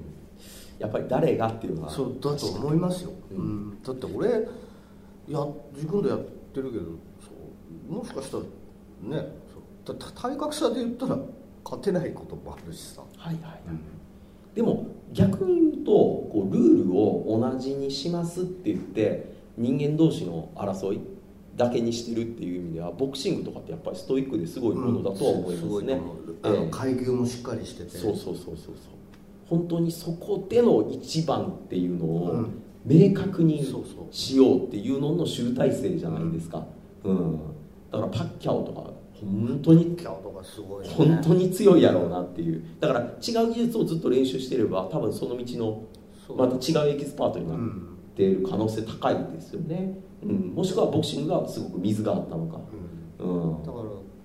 やっぱり誰がっていうのは
そうだと思いますよ、うんだって俺や今度やってるけどそうもしかしたらねそうたた体格差で言ったら勝てないこともあるしさ、
はいはいはい、でも逆に言うとこうルールを同じにしますって言って人間同士の争いだけにしてるっていう意味ではボクシングとかってやっぱりストイックですごいものだとは思いますね、
うんすごいと思うあの階級もしっかりしてて
そうそうそうそうそう本当にそこでの一番っていうのを
うん
明確に
そうそう
しようっていうのの集大成じゃないですか、うん、だからパッキャオとか本当に
キャドがすごいよね
本当に強いやろうなっていうだから違う技術をずっと練習してれば多分その道の
そう
また違うエキスパートに
う
なっ
ん
ている可能性高いですよね、うんもしくはボクシングがすごく水があったのか、
うん
うん
だから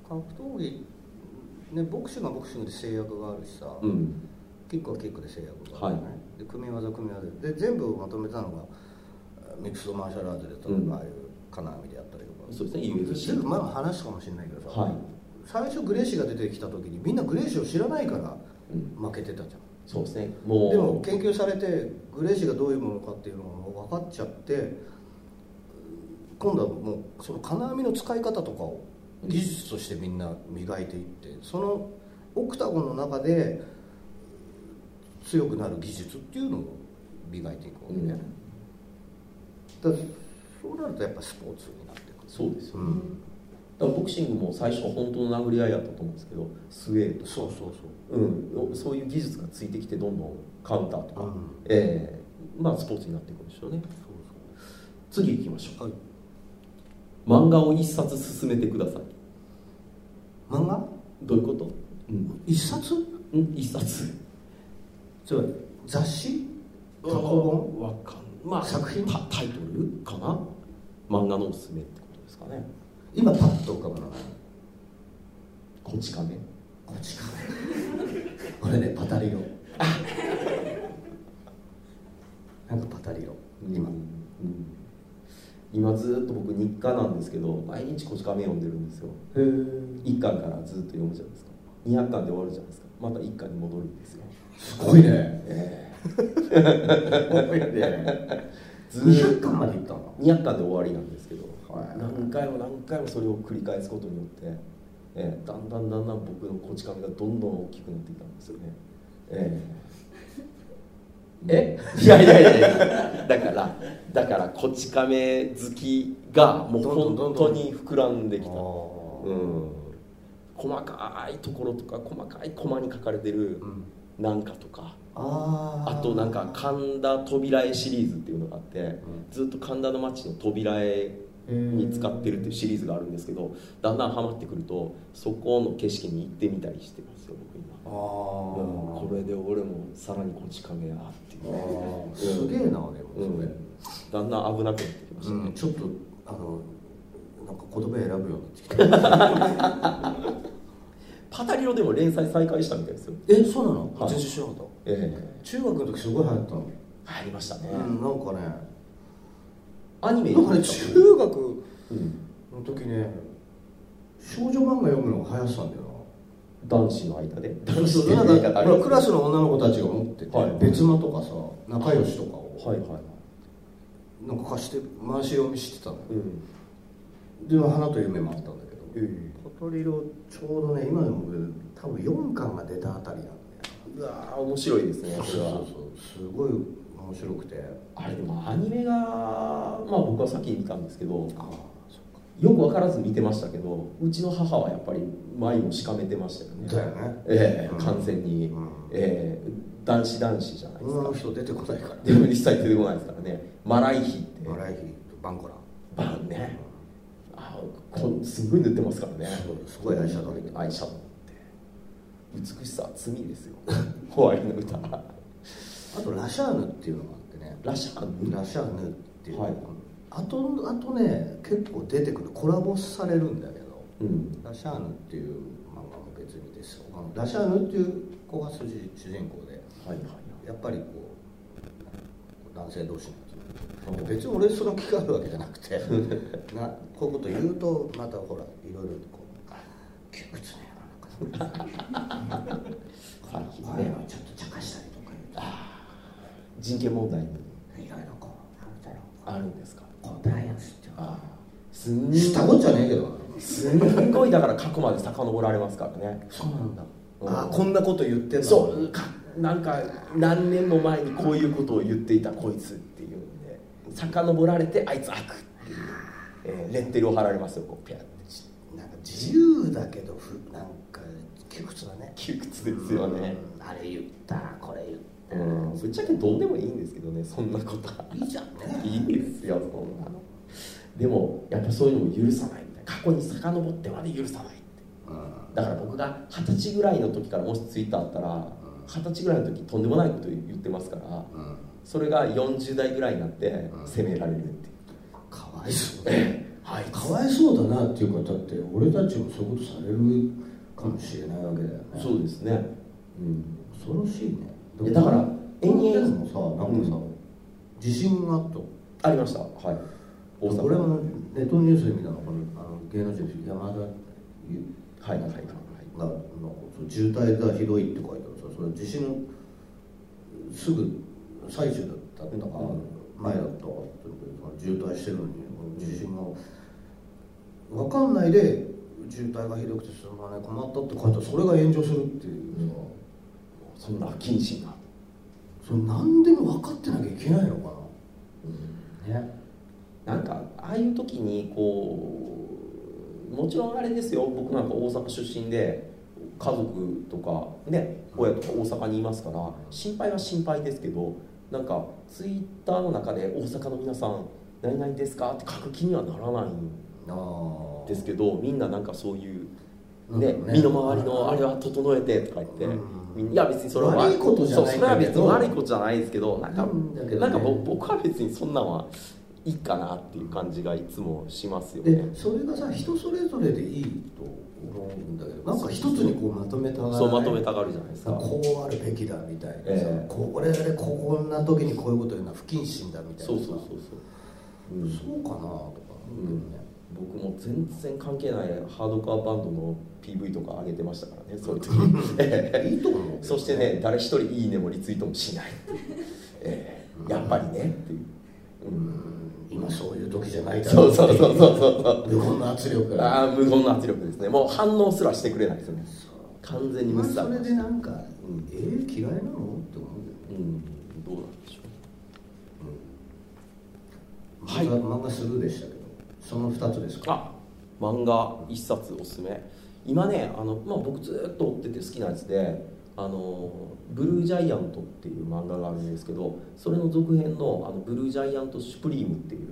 格闘技ねボクシングはボクシングで制約があるしさ、
うん、
キックはキックで制約がある、ね
は
で組み技組み技でで全部をまとめたのがミックスドマーシャルアーツで例え
うん
ばああいう金網でやったりとか、
そうですね UFC
全部前も話したかもしれないけどさ、
はい
最初グレイシーが出てきた時にみんなグレイシーを知らないから
うん
負けてたじゃん
そうですねもう
でも研究されてグレイシーがどういうものかっていうのが分かっちゃって今度はもうその金網の使い方とかを技術としてみんな磨いていってそのオクタゴンの中で強くなる技術っていうのを磨いていくわけね、だからそうなるとやっぱスポーツになってくる
そうですよね、
うん
だからボクシングも最初本当の殴り合いやったと思うんですけどスウェード
そうそうそう
うん、そういう技術がついてきてどんどんカウンターとか、
うん
ええまあスポーツになっていくんでしょうね
そう
次行きましょ
そうはいう
漫画を一冊進めてください
漫画
どういうことうん、
一冊
うん、一冊
それ雑誌過去本
わかんまあ
作品
タタイトルかな漫画のおすすめってことですかね
今パッと浮かぶのは
こち亀
こっちか俺ねパタリロなんかパタリロ今、
うん今ずっと僕日課なんですけど毎日こち亀読んでるんですよ1巻からずっと読むじゃないですか200巻で終わるじゃないですかまた1巻に戻るんですよ
すごいね
ええ
すごいね
ずー
200
っと
巻までいったの
200巻で終わりなんですけど、
はい
何回も何回もそれを繰り返すことによって、ええだんだんだんだん僕のこち亀がどんどん大きくなっていたんですよねえええいやいやいやいやだからだからこち亀好きがもう
どんど
本
んどんどん
当に膨らんできた
あー
うん細かいところとか細かいコマに書かれてる
うん
なんかとか
あ
あとなんか
か
神田扉絵シリーズっていうのがあって、
ん
ずっと神田の町の扉絵に使ってるっていうシリーズがあるんですけどだんだんハマってくるとそこの景色に行ってみたりしてますよ僕今
あー、
うんこれで俺もさらにこち亀やっていうね、
あーすげえなでもそれ、
うんだんだん危なくなってきましたね、
うんちょっとあのなんか言葉選ぶようになってきた
パタリロでも連載再開したみたいですよ
えそうなの、
はい
全然知らなかっ
え
た中学の時すごい流行ったの、
え入りましたね、
うん、なんかね
アニメ
なんかね
読んで
中学
たもんうん
の時ね少女漫画読むのが流行ってたんだよ
男子の間で
な
男子っていう言い方ありま
ほら
す
クラスの女の子たちが持ってて、
はい
別間とかさ仲良しとかを、
はいはいはい、
なんか貸して回し読みしてたの
うん
で花と夢もあったんだけど
え
小鳥色ちょうどね今でも俺多分4巻が出たあたりなんだよ
えうわー面白いですね
そう
そ
そう
れ
そ
は
うすごい面白くて
あれでもアニメがまあ僕は先に見たんですけど
ああそ
よく分からず見てましたけどうちの母はやっぱり前をしかめてましたよね
だよね
ええ
うん
完全に、
うん
ええ男子男子じゃないです
女
か、
の人出てこないから
でも実際出てこないですからねマライヒって
マライヒとバンコラ
バンねあこんすごい塗ってますからね
そうすごいアイシャドウ
アイシャドウって美しさは罪ですよ ホワイトの歌
あとラシャーヌっていうのがあってね
ラシャーヌ
ラシャーヌっていう、
はい
あとあとね結構出てくるコラボされるんだけど
うん
ラシャーヌっていう漫画も別にですよラシャーヌっていう子が主人主人公で
はいはい
やっぱりこう男性同士のやつ別に俺その気があるわけじゃな くてなこういうこと言うとまたほらいろいろこう「窮屈ね」なん
最近ね
か「ああいうのちょっと茶化したりとか
人権問題に
言うといろいろこうなんだろう
あるんですか
コンプライアンスっていうの
すんごい
したこっちゃねえけど
すんごいだから過去まで遡られますからね
そうなんだ
うん
あこんなこと言ってんの
そうかなんか何年も前にこういうことを言っていたこいつっていうんで遡られてあいつ悪っていう、えーレッテルを貼られますよこうピャって
なんか自由だけどふなんか窮屈だね
窮屈ですよね
うんあれ言ったこれ言った、
うんぶっちゃけどうでもいいんですけどねそんなことはい
いじゃんね
いいですよそんなのでもやっぱそういうのも許さないみたいな過去に遡ってまで許さないって
うん
だから僕が二十歳ぐらいの時からもしツイッターあったら二十歳ぐらいの時とんでもないこと言ってますから
うん
それが40代ぐらいになって責められるっていう
かわいそう
ええはい
かわいそうだなっていうかだって俺たちもそういうことされるかもしれないわけだよね
そうですねうん
恐ろしいね
いやだから
延
延々
々もさなんかさ、自信があった
ありましたはい大阪
俺もネットニュースで見たのこのあの芸能人です山田優
はいはいはいはい
がなんかそう渋滞がひどいって書いてあるさそれ地震すぐ最中だったんだか、
うん
前だったかっていうけどその渋滞してるのに地震が分かんないで渋滞がひどくて進まない困ったって書いてあるそれが炎上するっていうさ、
そんな不謹慎な
それ何でも分かってなきゃいけないのかな、ね
なんかああいう時にこうもちろんあれですよ僕なんか大阪出身で家族とかね親とか大阪にいますから心配は心配ですけどなんかツイッターの中で「大阪の皆さん何々ですか?」って書く気にはならないん
ああ
ですけどみんななんかそういう、
なん
ね
だろうね
身の回りのあれは整えてとか言って、
うん
みんないや別にそれは
悪いことじゃない
そう
ん
それは
だけ
別
ど
に悪いことじゃないですけどなんか
うんだけどね
なんかぼ僕は別にそんなんはいいかなっていう感じがいつもしますよね
で。それがさ人それぞれでいいと思うんだけどなんか一つにこうまとめたがらない
そうまとめたがるじゃないですか。
こうあるべきだみたいなさ、
ええ
これでこんな時にこういうこと言うのは不謹慎だみたいな
そう
さ
そうそうそう。うん
そうかなとか思うけどね、
僕も全然関係ないハードカーバンドの PV とか上げてました からねそういう時
いいと思うけどね
そしてね誰一人いいねもリツイートもしないっていう、ええやっぱりねっていう、うん
うん今そういう時じゃないだ
そ
ろ
うそうそうそうそう
無言の圧力が
ああ無言の圧力ですねもう反応すらしてくれないですよね完全に無視さ
そ
れ
れ
ま
で
した
なんか、えー、嫌いなのって思うけどね
うんどうなんでしょうはい
漫画漫画スルーでしたけどその2つです
あ
か
漫画一冊おすすめ今ねあの、まあ、僕ずっと追ってて好きなやつで「あのブルージャイアント」っていう漫画があるんですけどそれの続編の「あのブルージャイアント・シュプリーム」っていう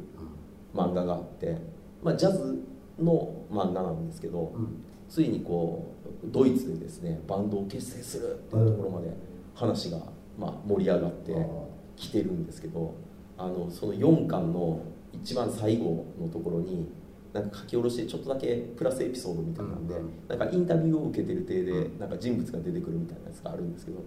漫画があって、まあ、ジャズの漫画なんですけど、
うん
ついにこうドイツでですねバンドを結成するっていうところまで話が、まあ、盛り上がってきてるんですけどあのその4巻の一番最後のところになんか書き下ろしでちょっとだけプラスエピソードみたいなんで、
うん
なんかインタビューを受けてる体でなんか人物が出てくるみたいなやつがあるんですけど、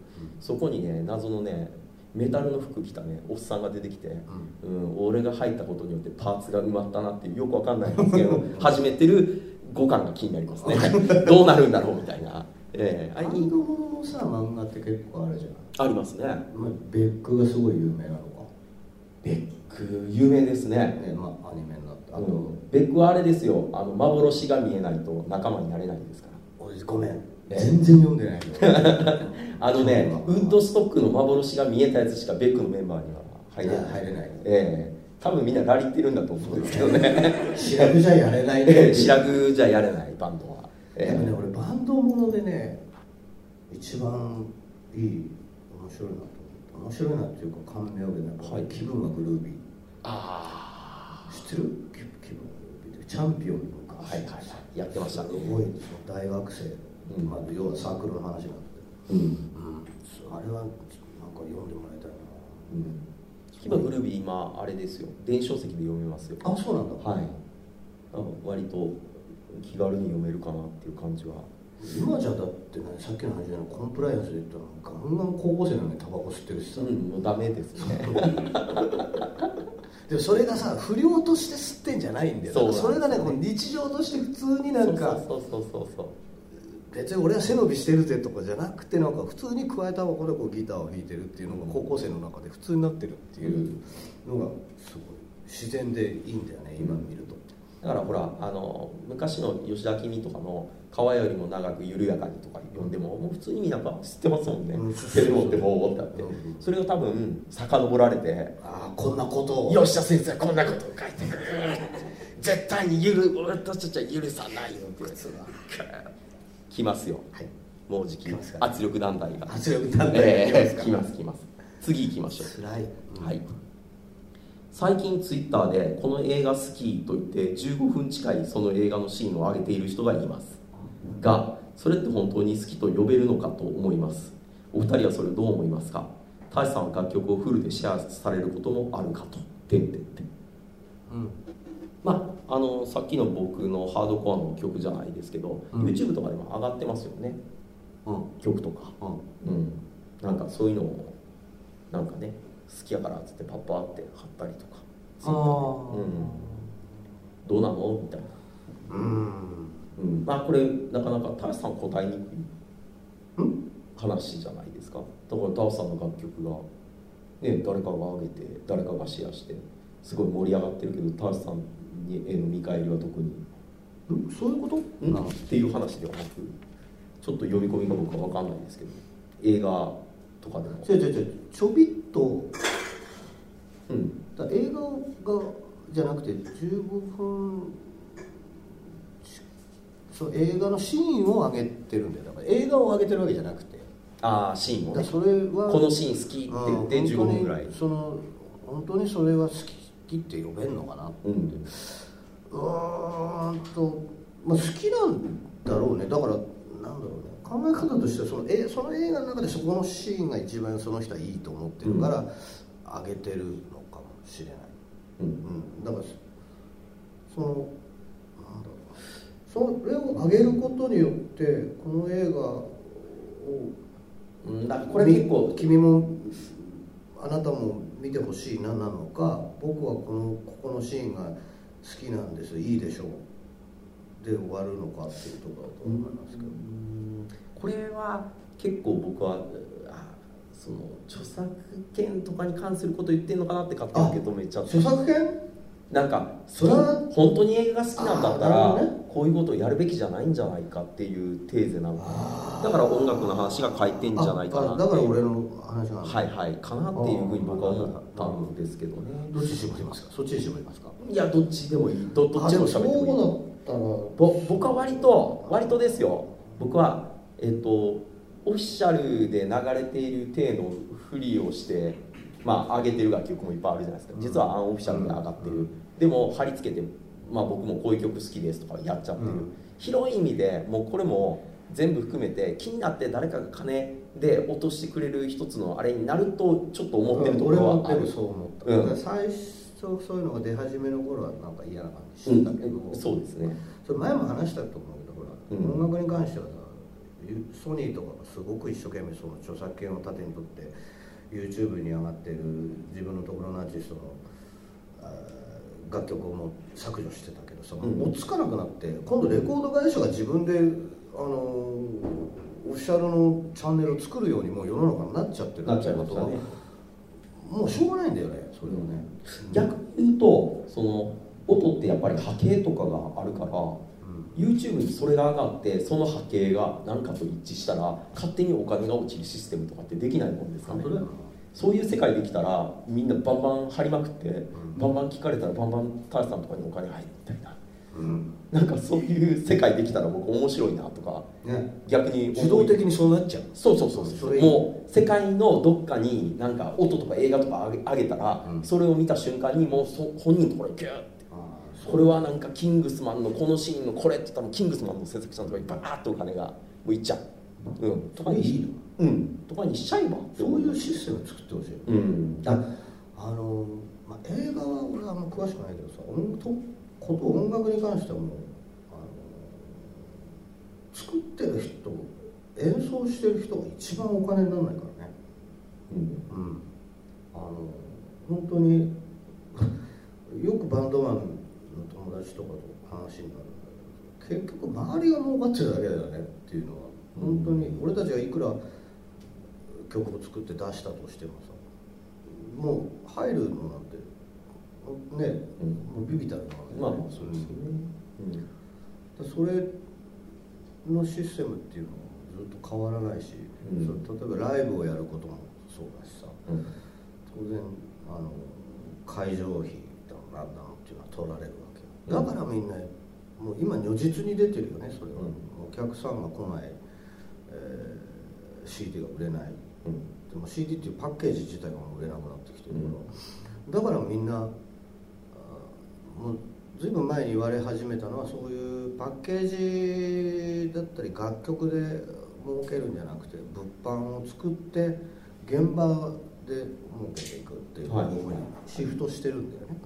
そこにね謎のねメタルの服着たねおっさんが出てきて、うん、俺が入ったことによってパーツが埋まったなっていうよくわかんないんですけど始めてる5巻が気になりますねどうなるんだろうみたいな、ええ
アイ
あ
ド
いい
ルのさ漫画って結構あれじゃない
ありますね
まあベックがすごい有名なのか
ベック有名ですね
ねまあアニメになってあ
あ
と、
のベックはあれですよあの幻が見えないと仲間になれないんですから
俺ごめん
え
全然読んでないよ
あのね
そうなんだ
ウッドストックの幻が見えたやつしかベックのメンバーには入れない
いや入れない
ええ多分みんなラリってるんだと思うんですけど ね
白くじゃやれない
え
ね
え白くじゃやれないバンドは、え
で
え
もね俺バンドものでね一番いい面白いなと思って面白いなっていうか感銘を受けたのは
はい
気分がグルービー
あ
知ってる気気分がグルービーってチャンピオンの
あ
昔
はいはいはいやってましたね
すごいですよ大学生
う
の、
ん
まあ、要はサークルの話なんだけど
うん
うん、あれはなんか読んでもらいたい
うん今グルービー今あれですよ電子書籍で読めますよ
なあそうなんだ、
はいあの割と気軽に読めるかなっていう感じは
今じゃだってねさっきの話じゃないコンプライアンスで言ったらガンガン高校生なのにタバコ吸ってるしさ、
うんもうダメですね
でもそれがさ不良として吸ってんじゃないんだよ
そう
だからそれがねこう日常として普通になんか
そうそうそうそう
別に俺は背伸びしてるぜとかじゃなくてなんか普通に加えたばこでこうギターを弾いてるっていうのが高校生の中で普通になってるっていうのがすごい自然でいいんだよね今見ると、
そうだからほらあの昔の吉田君とかの「川よりも長く緩やかに」とか読んでももう普通にみんな知ってますもんね
う
「
ん
テレモって棒」ってあって
うん
それを多分遡られて
ああこんなことを
「吉田先生はこんなことを書いてくる」絶対にゆる私たちは許さない」って
それは
来ますよ
はい
もうじき
来ますか
圧力団体が
圧力団体
え
が
え来ます来ます次行きましょう
つらい、うん
はい、最近ツイッターでこの映画好きと言って15分近いその映画のシーンを上げている人がいますがそれって本当に好きと呼べるのかと思いますお二人はそれをどう思いますか大志さんは楽曲をフルでシェアされることもあるかとてんてんてん
うん
まああのさっきの僕のハードコアの曲じゃないですけど、
うん
YouTube とかでも上がってますよね
うん
曲とか
うん
うんなんかそういうのをなんかね好きやからっつってパッパーって貼ったりとか
ああ
どうなのみたいな、
うん
うん、まあこれなかなか田橋さん答えにくい
うん
話じゃないですかだから田橋さんの楽曲が、ね、誰かが上げて誰かがシェアしてすごい盛り上がってるけど田橋さんにへの見返りは特に
うんそういうこ
「
と
ん?」
あ
っていう話ではなくちょっと読み込みが僕は分かんないですけど映画とかでも
違う違う違うちょびっと
うん
だ映画がじゃなくて15分しそう映画のシーンを上げてるんだよだから映画を上げてるわけじゃなくて
ああシーン
だ
を
から
ね
それは
このシーン好きって言って15
うん
分ぐらい
本当にその本当にそれは好きって呼べんのかな
うん
うーんと、まあ、好きなんだろうねだからなんだろうね考え方としてはそのえその映画の中でそこのシーンが一番その人はいいと思ってるから、上げてるのかもしれない、
うん
うん、だからそのなんだろうなそれを上げることによってこの映画を
うん、だからこれ結構
み君もあなたも見てほしいななのか僕はこのここのシーンが好きなんですいいでしょうで終わるのかっていうところだと思いますけ
う
ど、
んこれは結構僕はあその著作権とかに関すること言ってんのかなって勝手に受け止めちゃって
著作権
なんかそ
そ
れ
れ
は
は
本当に映画好きなんだった
あ
ら、
ーなるほどね
こういうことをやるべきじゃないんじゃないかっていうテーゼなのかな
あー
だから音楽の話が書いてんじゃないかな
あ
っ
あ
て
だから
いう
俺の話が
はいはいかなっていうふうに僕は思ったんですけどね
どっちに絞りますかそっちに絞りますか
いやどっちでもいいどどっちでも喋ってもいい
あでもそうだっ
ぼ僕は割と割とですよ僕はえっ、とオフィシャルで流れている体のふりをしてまあ上げてる楽曲もいっぱいあるじゃないですか実はアンオフィシャルで上がってる、
うん
でも貼り付けて、まあ、僕もこういう曲好きですとかやっちゃってる、
うん
広い意味でもうこれも全部含めて気になって誰かが金で落としてくれる一つのあれになるとちょっと
た
思ってるとこ
俺
ろ
も
はあ
で
る、
もそう思った、
うん
だから最初そういうのが出始めの頃はなんか嫌な感じ
うん
してたけど、
そうですね
それ前も話したと思うけどほら、
うん
音楽に関してはさゆソニーとかがすごく一生懸命その著作権を盾にとって YouTube に上がってる自分のところのアーティストのあー楽曲をもう削除してたけどさ、
うん
もう追っつかなくなって今度レコード会社が自分であのーオフィシャルのチャンネルを作るようにもう世の中になっちゃってる
なっちゃいましたね
もうしょうがないんだよねそれはね、
逆に言うとその音ってやっぱり波形とかがあるから
うん、
YouTube にそれが上がってその波形が何かと一致したら勝手にお金が落ちるシステムとかってできないもんですか
本
ね
当だよな
そういう世界できたらみんなバンバン張りまくって、
ん
バンバン聞かれたらバンバンタ橋さんとかにお金入るみたいな
うん
なんかそういう世界できたら僕面白いなとか
ね
逆に思い
自動的にそうなっちゃう
そうそうそうそ
そうれいい
もう世界のどっかになんか音とか映画とか上げ上げたら、
うん
それを見た瞬間にもうそ本人のところにギューってこれはなんかキングスマンのこのシーンのこれって多分キングスマンの制作者のとかにバーッとお金がもういっちゃう、うん、とかに
いいの
うん、とかにしちゃえばって
そう
思
いうシステムを作ってほしいよ、
うん
だあの、まあ、映画は俺はあんま詳しくないけどさ音とこと音楽に関してはもうあの作ってる人演奏してる人が一番お金にならないからね
うん
うんあの本当に よくバンドマンの友達とかと話になるんだけど結局周りが儲かってるだけだよねっていうのは本当に俺たちがいくら曲を作って出したとしてもさもう入るのなんてね、
うん
もうビビたるも
まあ
の
まあ
ね
そうですよね、うん
だそれのシステムっていうのはずっと変わらないし、
うん
それ例えばライブをやることもそうだしさ
うん
当然あの会場費だのなんだのっていうのは取られるわけだからみんなもう今如実に出てるよねそれは、
う
お客さんが来ない、えー CD が売れない
うん
でも CD っていうパッケージ自体がもう売れなくなってきてるから、だからみんなあーもうずいぶん前に言われ始めたのはそういうパッケージだったり楽曲で儲けるんじゃなくて物販を作って現場で儲けていくっていう方向にシフトしてるんだよね、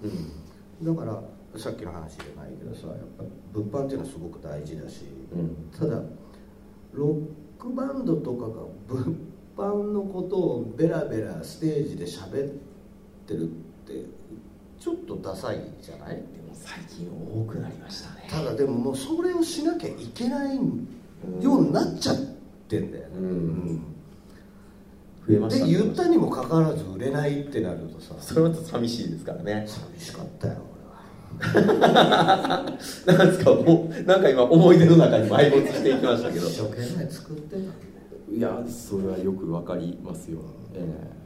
うん
だからさっきの話じゃないけどさやっぱ物販っていうのはすごく大事だし、
うん
ただロックバンドとかが物販のことをベラベラステージで喋ってるってちょっとダサいじゃない
でも最近多くなりましたね
ただでももうそれをしなきゃいけない
ん
ようになっちゃってんだよね、
うん増え
で
ましたね
言ったにもかかわらず売れないってなるとさ
それはちょっと寂しいですからね
寂しかったよ
なんですかもうなんか今思い出の中に埋没していきまし
俺
た
は
けど
一生懸命作ってたんだよ
いやそれはよくわかりますよ、ええ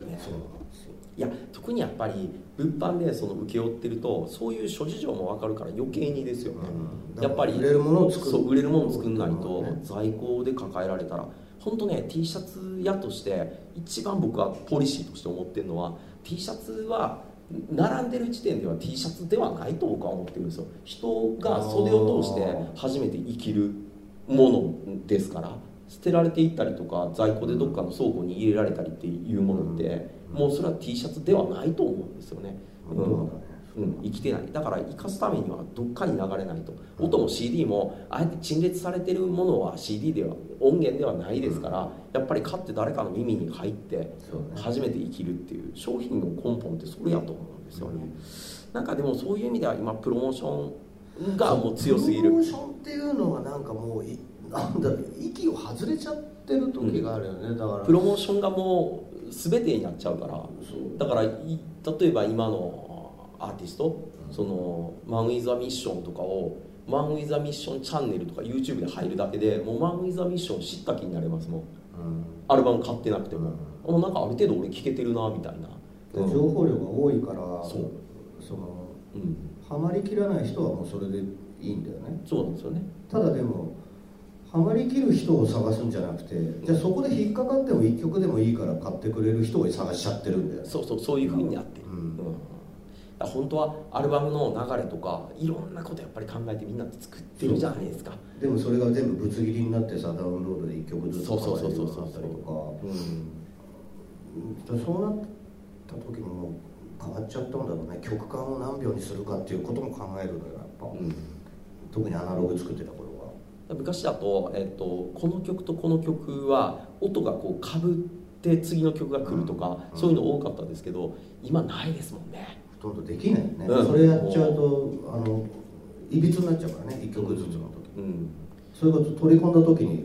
そうなんですよ
いや特にやっぱり物販でその請け負ってるとそういう諸事情もわかるから余計にですよね、
うん
やっぱり
売れるものを作る
そう売れるものを作んないと
ね
在庫で抱えられたら本当ね T シャツ屋として一番僕はポリシーとして思ってるのは T シャツは並んでる時点では T シャツではないと僕は思ってるんですよ人が袖を通して初めて生きるものですから捨てられていったりとか在庫でどっかの倉庫に入れられたりっていうものって
うん
もうそれは T シャツではないと思うんですよね、
う
うんん
そうだね
うん生きてないだから生かすためにはどっかに流れないと音も CD もあえて陳列されてるものは CD では音源ではないですから、やっぱり買って誰かの耳に入って
そうね
初めて生きるっていう商品の根本ってそれやと思うんですよね、なんかでもそういう意味では今プロモーションがもう強すぎ
プ
る
ロモーションっていうのはなんかもうい なんだろう息を外れちゃってる時があるよね、だから
プロモーションがもう全てになっちゃうから
そう
だからい例えば今のアーティスト、そのマン・ウィザ・ミッションとかをマン・ウィザ・ミッションチャンネルとか YouTube で入るだけでもうマン・ウィザ・ミッション知った気になれますもん
うん
アルバム買ってなくても、もうなんかある程度俺聴けてるなみたいな、
で
うん
情報量が多いから
そう
その
うん
ハマりきらない人はもうそれでいいんだよね
そうなんですよね
ただでもハマりきる人を探すんじゃなくてじゃあそこで引っかかっても1曲でもいいから買ってくれる人を探しちゃってるんだよね
そうそうそういうふうになってる、
うん
だから本当はアルバムの流れとかいろんなことやっぱり考えてみんなで作ってるじゃないですか
でもそれが全部ぶつ切りになってさダウンロードで1曲ずつ
そうそうそうそう
買えるよ
そう
になったりとか
うん
うんそうなった時にもう変わっちゃったんだろうね曲間を何秒にするかっていうことも考えるのよやっぱ、
うん
特にアナログ作ってた頃は
昔だと,、えっとこの曲とこの曲は音がこうかぶって次の曲が来るとか、
うん
そういうの多かったですけど今ないですもんね
ほとんどできないよね、
うん
それやっちゃうとあのいびつになっちゃうからね1曲ずつの時、
うん
それこそ取り込んだ時に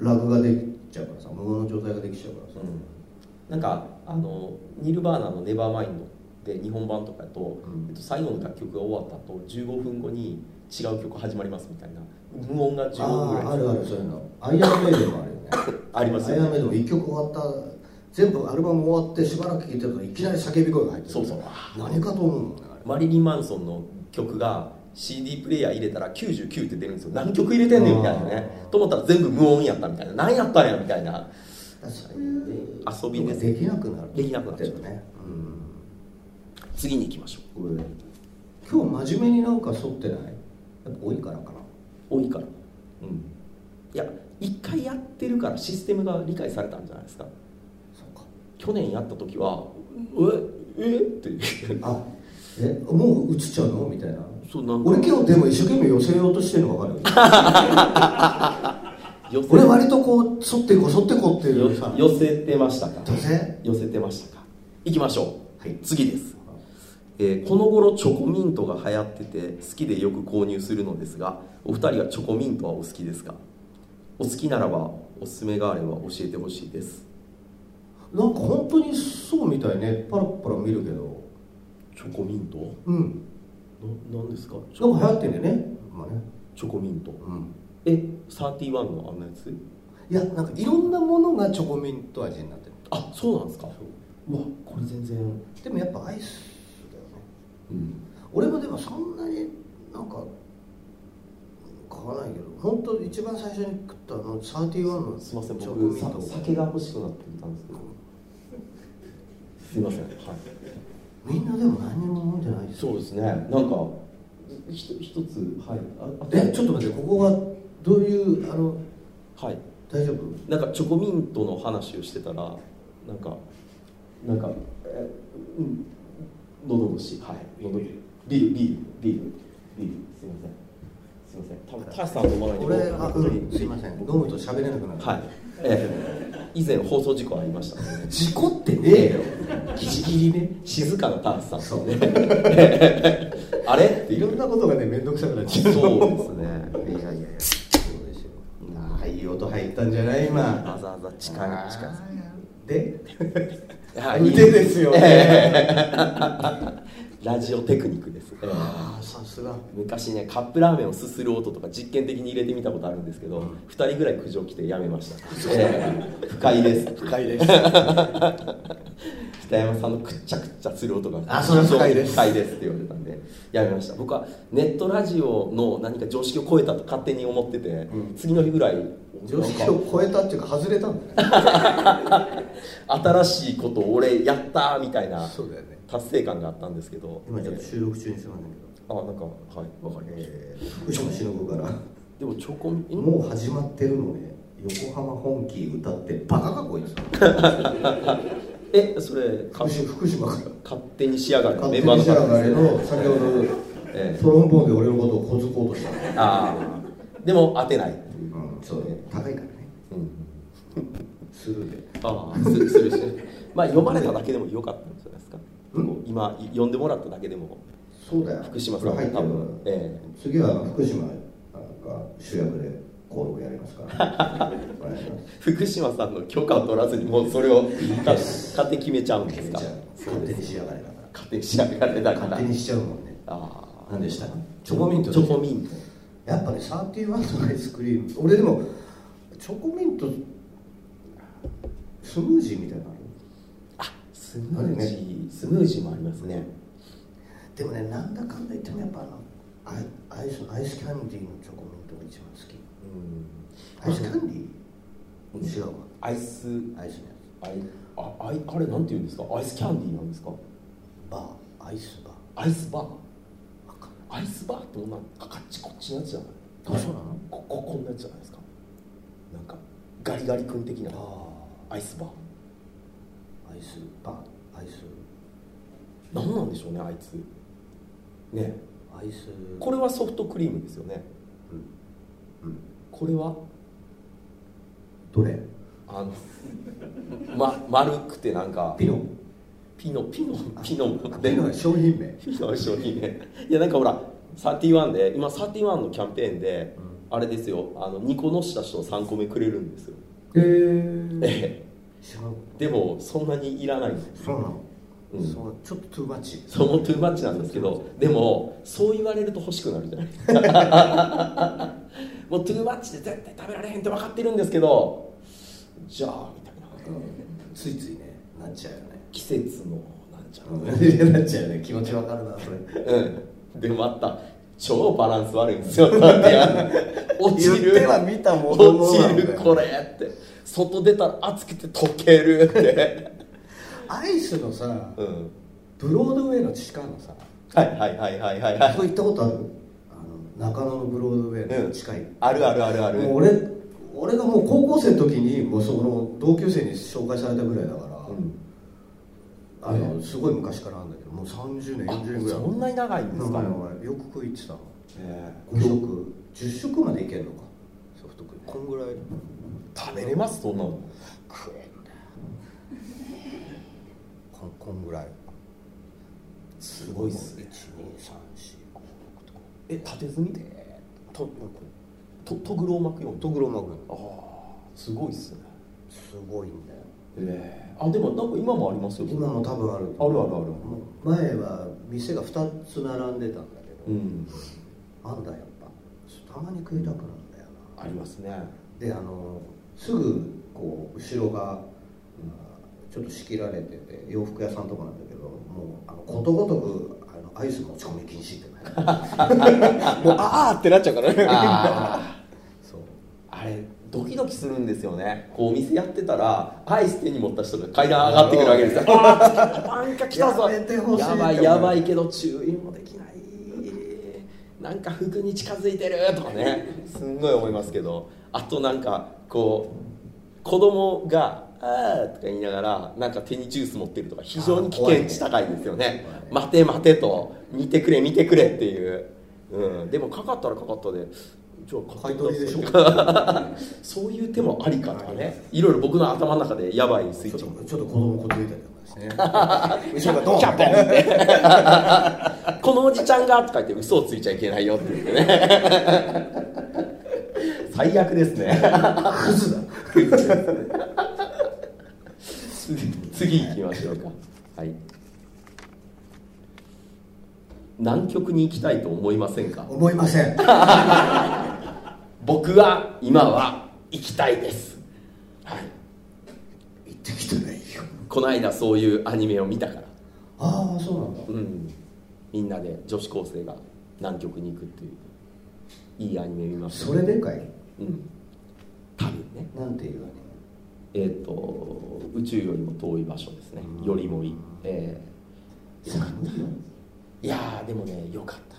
ラグができちゃうからさ無音の状態ができちゃうからさ、
なんかあのニルバーナの「ネバーマインド」で日本版とかやと、
ん
えっと、最後の楽曲が終わった後15分後に違う曲始まりますみたいな無音が15分ぐらい
あああるあるそういうのアイアンメイドもあるよね
あります
ア
よ
イ
ね
アンメイドも1曲終わった全部アルバム終わってしばらく聴いてるといきなり叫び声が入ってる
そうそう
何かと思うもんねあれ
マリリン・マンソンの曲が CD プレイヤー入れたら99って出るんですよ何曲入れてんねんみたいなね
あー
と思ったら全部無音やったみたいな何やったんやみたいな
そういう
遊びです
できなくなる
できなくなっちゃう
よね、
次に行きましょう
うん、今日真面目になんか沿ってないやっぱ多いからかな
多いからうんいや一回やってるからシステムが理解されたんじゃないですか
そうか
去年やった時は「ええっ?」て
あえもう映っちゃうのみたいな
そうなんか
俺今日でも一生懸命寄せようとしてるの分 かる
寄せ
俺割とこう沿っていこう沿っていこうっていうさ
よ寄せてましたか
どうせ
寄せてましたか行きましょう、
はい
次です、えーこの頃チョコミントが流行ってて好きでよく購入するのですがお二人はチョコミントはお好きですかお好きならばおすすめがあれば教えてほしいです
なんか本当にそうみたいねパラパラ見るけど
チョコミント
うん
ななんですかチ
なんか流行
ョ
ってんだよねまあね
チョコミント
うん
えサーティワンのあんなやつ
いやなんかいろんなものがチョコミント味になってる
あそうなんですかうわこれ全然
でもやっぱアイスだよね
うん
俺もでもそんなになんか買わないけど本当一番最初に食ったのサーティワンの
すいません
チョコミ
僕
ント
さ酒が欲しくなってきたんですけどすいませんはい
みんなでも何にも飲んでないです
そうですねなんかひと一つはいああ
えちょっと待ってここがどういうあの
とはい
大丈夫
なんかチョコミントの話をしてたらなんかなんかえうん喉越しはい喉ビールビールビールビールすいませんすいません多分タシさん飲まないと
俺あ
僕
うんすいません飲むと喋れなくなる
はいええ以前放送事故ありましたので
事故ってねえよ
ギリギリね静かなタシさん
そう
ねあれって
い
い
ろ
うん
なことがね面倒くさくなっちゃう
そうですね
いやいやいやそうですよああいい音入ったんじゃない今
わざわざ近い近い
で
はい
腕ですよね
ラジオテクニックです、ええ
ああさすが
昔ねカップラーメンをすする音とか実験的に入れてみたことあるんですけど、二2人ぐらい苦情来てやめました、ええ不快です
不快です
北山さんのくっちゃくっちゃする音が
あそれは不快です
不快ですって言われたんでやめました僕はネットラジオの何か常識を超えたと勝手に思ってて、
ん
次の日ぐらい
常識を超えたっていうか外れたんだね
なんか新しいことを俺やったーみたいな
そうだよね
達成感があったんですけど
今ちょっと収録中にすまんだ
あなんかはいわかりま
け
し
ど
た、
えー福島しのぶから
でもチョコミん
もう始まってるのね横浜本気歌ってバカかこいつ
えそれか
福島福島から
勝手に仕上がる
勝
メ
手
ンバー
に
の
しやがれ
方
の先ほど
ええ
トロンボーンで俺のことをこずこうとしたの
ああでも当てない、
うんそうね高いからね
うん、
スルーで
ああすするしまあ呼ばれただけでもよかったんじゃないですか、
うん
今い呼んでもらっただけでも
そうだよ
福島さん
これ
も
入って
多
る
分、え
次は福島が主役でコールをやりますからお願いしま
え福島さんの許可を取らずにもうそれをか勝手に決めちゃうんです
す
か
勝手にしやがれだから
勝手に仕上がれだから
勝手にしちゃうもんね
ああ
何でしたチョコミント
チョコミント
やっぱねサーティワンのアイスクリーム俺でもチョコミントスムージーみたいなのある
スムージー、スムージーもありますね
でもねなんだかんだ言ってもやっぱあのアイアイスアイスキャンディーのチョコミントが一番好
うん
きアイスキャンディー違うわ
アイス
アイス
ア
のや
イあアイあれなんて言うんですかアイスキャンディーなんですか
つバーアイスバー
アイスバー
わかんな
ア
い
イスバーってもうなんかカッチコッチのやつじゃない
あそうなの
こここんなやつじゃないですかなんかガリガリ君的なアイスバー
アイスバーアイス
何なんでしょうねあいつね
アイス
これはソフトクリームですよね
うん
これは
どれ
あの、 ま、丸くてなんか
ピノ
ピノピノピノ
あ
で
ピノは商品名
ピノ商品ねいやなんかほら31で今31のキャンペーンで、
う
あれですよあの2個のした人3個目くれるんですよ、
えー、
え
違う
えでもそんなにいらない
そうなの、
うん
そうちょっとトゥーマッチ
そのトゥーマッチなんですけどでもそう言われると欲しくなるじゃないですか もうトゥーマッチで絶対食べられへんって分かってるんですけどじゃあみたいな
ついついねなっちゃうよね
季節のなんちゃら
なっちゃうね気持ちわかるなそれ
うんでまた超バランス悪いんですよだってあの落ちる
言っては見たものの
落ちるこれって外出たら暑くて溶けるって、
アイスのさ
うん、
ブロードウェイの地下のさ
はいはいはいはいはいはい
そこ行ったことあるあの中野のブロードウェイの地下、
あるあるあるある
もう俺俺がもう高校生の時にもうその同級生に紹介されたぐらいだから、
うん
あのすごい昔からあるんだけどもう30年
あ
40年ぐらい
そんなに長いんですか、
長い長いよく食いってたの
ええ
5食10食までいけるのかソフトクリームこんぐらい
食べれますそんなの
食えんだよこんこんぐらい
すごいっすねえ縦積みでとととぐろを巻くように
12345678910
ああすごいっすね
すごいんだよ
ええあでもなんか今もありますよ
今も多分ある
あるあるある
前は店が2つ並んでたんだけ
う
ど、
ん
なんだやっぱちょっとたまに食いたくなるんだよな
ありますね
であのすぐこう後ろがあちょっと仕切られてて洋服屋さんとかなんだけどもうあのことごとくあのアイス持ち込み禁止って書いてある
もうあーってなっちゃうからね
あ
そう
ああれドキドキするんですよねこうお店やってたらアイス手に持った人が階段上がってくるわけですよあーなんか来たぞ
やめてほしい
やばいやばいけど注意もできないなんか服に近づいてるとかねすんごい思いますけどあとなんかこう子供が「あー」とか言いながらなんか手にジュース持ってるとか非常に危険値高いですよね
あー怖
待て待てと見てくれ見てくれっていう、うん、でもかかったらかかったでじゃあ
買い取りでしょ
そういう手もありかとかねいろいろ僕の頭の中でやばいスイッ
ちょっ
チ
と
も
ちょっと子供こっちいたりとかしてね 後ろがドーンっ て
このおじちゃんがとか言って嘘をついちゃいけないよって言ってね最悪ですね
クズだ
次次行きましょうかはい南極に行きたいと思いませんか
思いません
僕は今は行きたいですはい
行ってきてないよ
この間そういうアニメを見たから
ああそうなんだ
うん、みんなで女子高生が南極に行くっていういいアニメ見ました
それでかい
うん多分ね
なんていうアニメ
えっ、と宇宙よりも遠い場所ですねよりもいいえーよかったいやーでもねよかった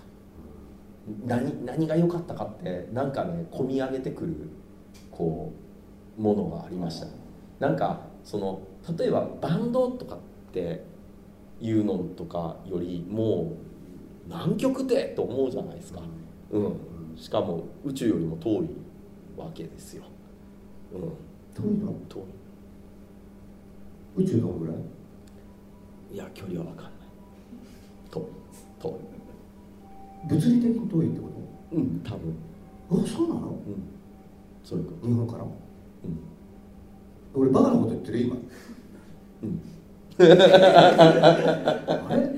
何何が良かったかってなんかね込み上げてくるこうものがありましたなんかその例えばバンドとかっていうのとかよりもう南極でと思うじゃないですか、うんしかも宇宙よりも遠いわけですよ、うん、
遠いの
遠
宇宙どんぐらい
いいや距離は分かんない遠い遠い
物理的に遠いってこ
うん多分
とあそうなの
うんそれか
日本から
うん
俺バカなこと言ってる今
うんうんう
あれあそう
ん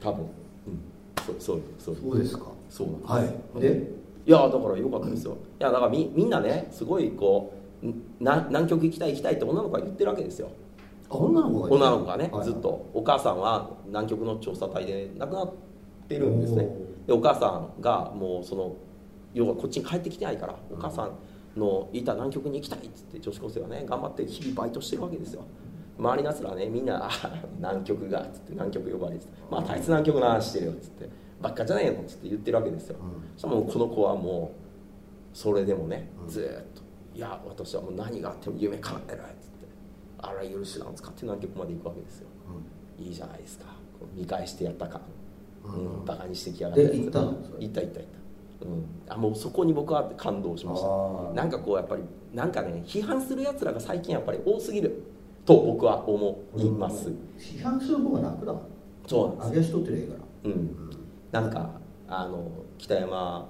多分うんそうそうそう
そうですか
そうなんです
はいで
いやだから良かったですよいやだからみみんなねすごいこうんな南極行きたい行きたいって女の子が言ってるわけですよ
あ女の子がいる
女の子がね、
はいはい
ずっとお母さんは南極の調査隊で亡くなってるんですね
お
でお母さんがもうその要はこっちに帰ってきてないからお母さんのいた南極に行きたいっつって女子高生がね頑張って日々バイトしてるわけですよ周りのやつらねみんなあ「南極が」っつって南極呼ばれて「まあ大切南極の話してるよ」っつって「ばっかじゃねえの」っつって言ってるわけですよ、
うん
そしたらもうこの子はもうそれでもね
うん
ずーっと「いや私はもう何があっても夢叶えない」っつってあらゆる手段を使って南極まで行くわけですよいいじゃないですかこう見返してやった感、
うん
うんバカにしてきやがって
で行ったのそれ
行った行った行った、うん、あもうそこに僕は感動しました
あー
なんかこうやっぱりなんかね批判するやつらが最近やっぱり多すぎると僕は思います、
批判する方が楽だもん
そうなんです
アゲストってりゃいいから
うん、なんかあの北山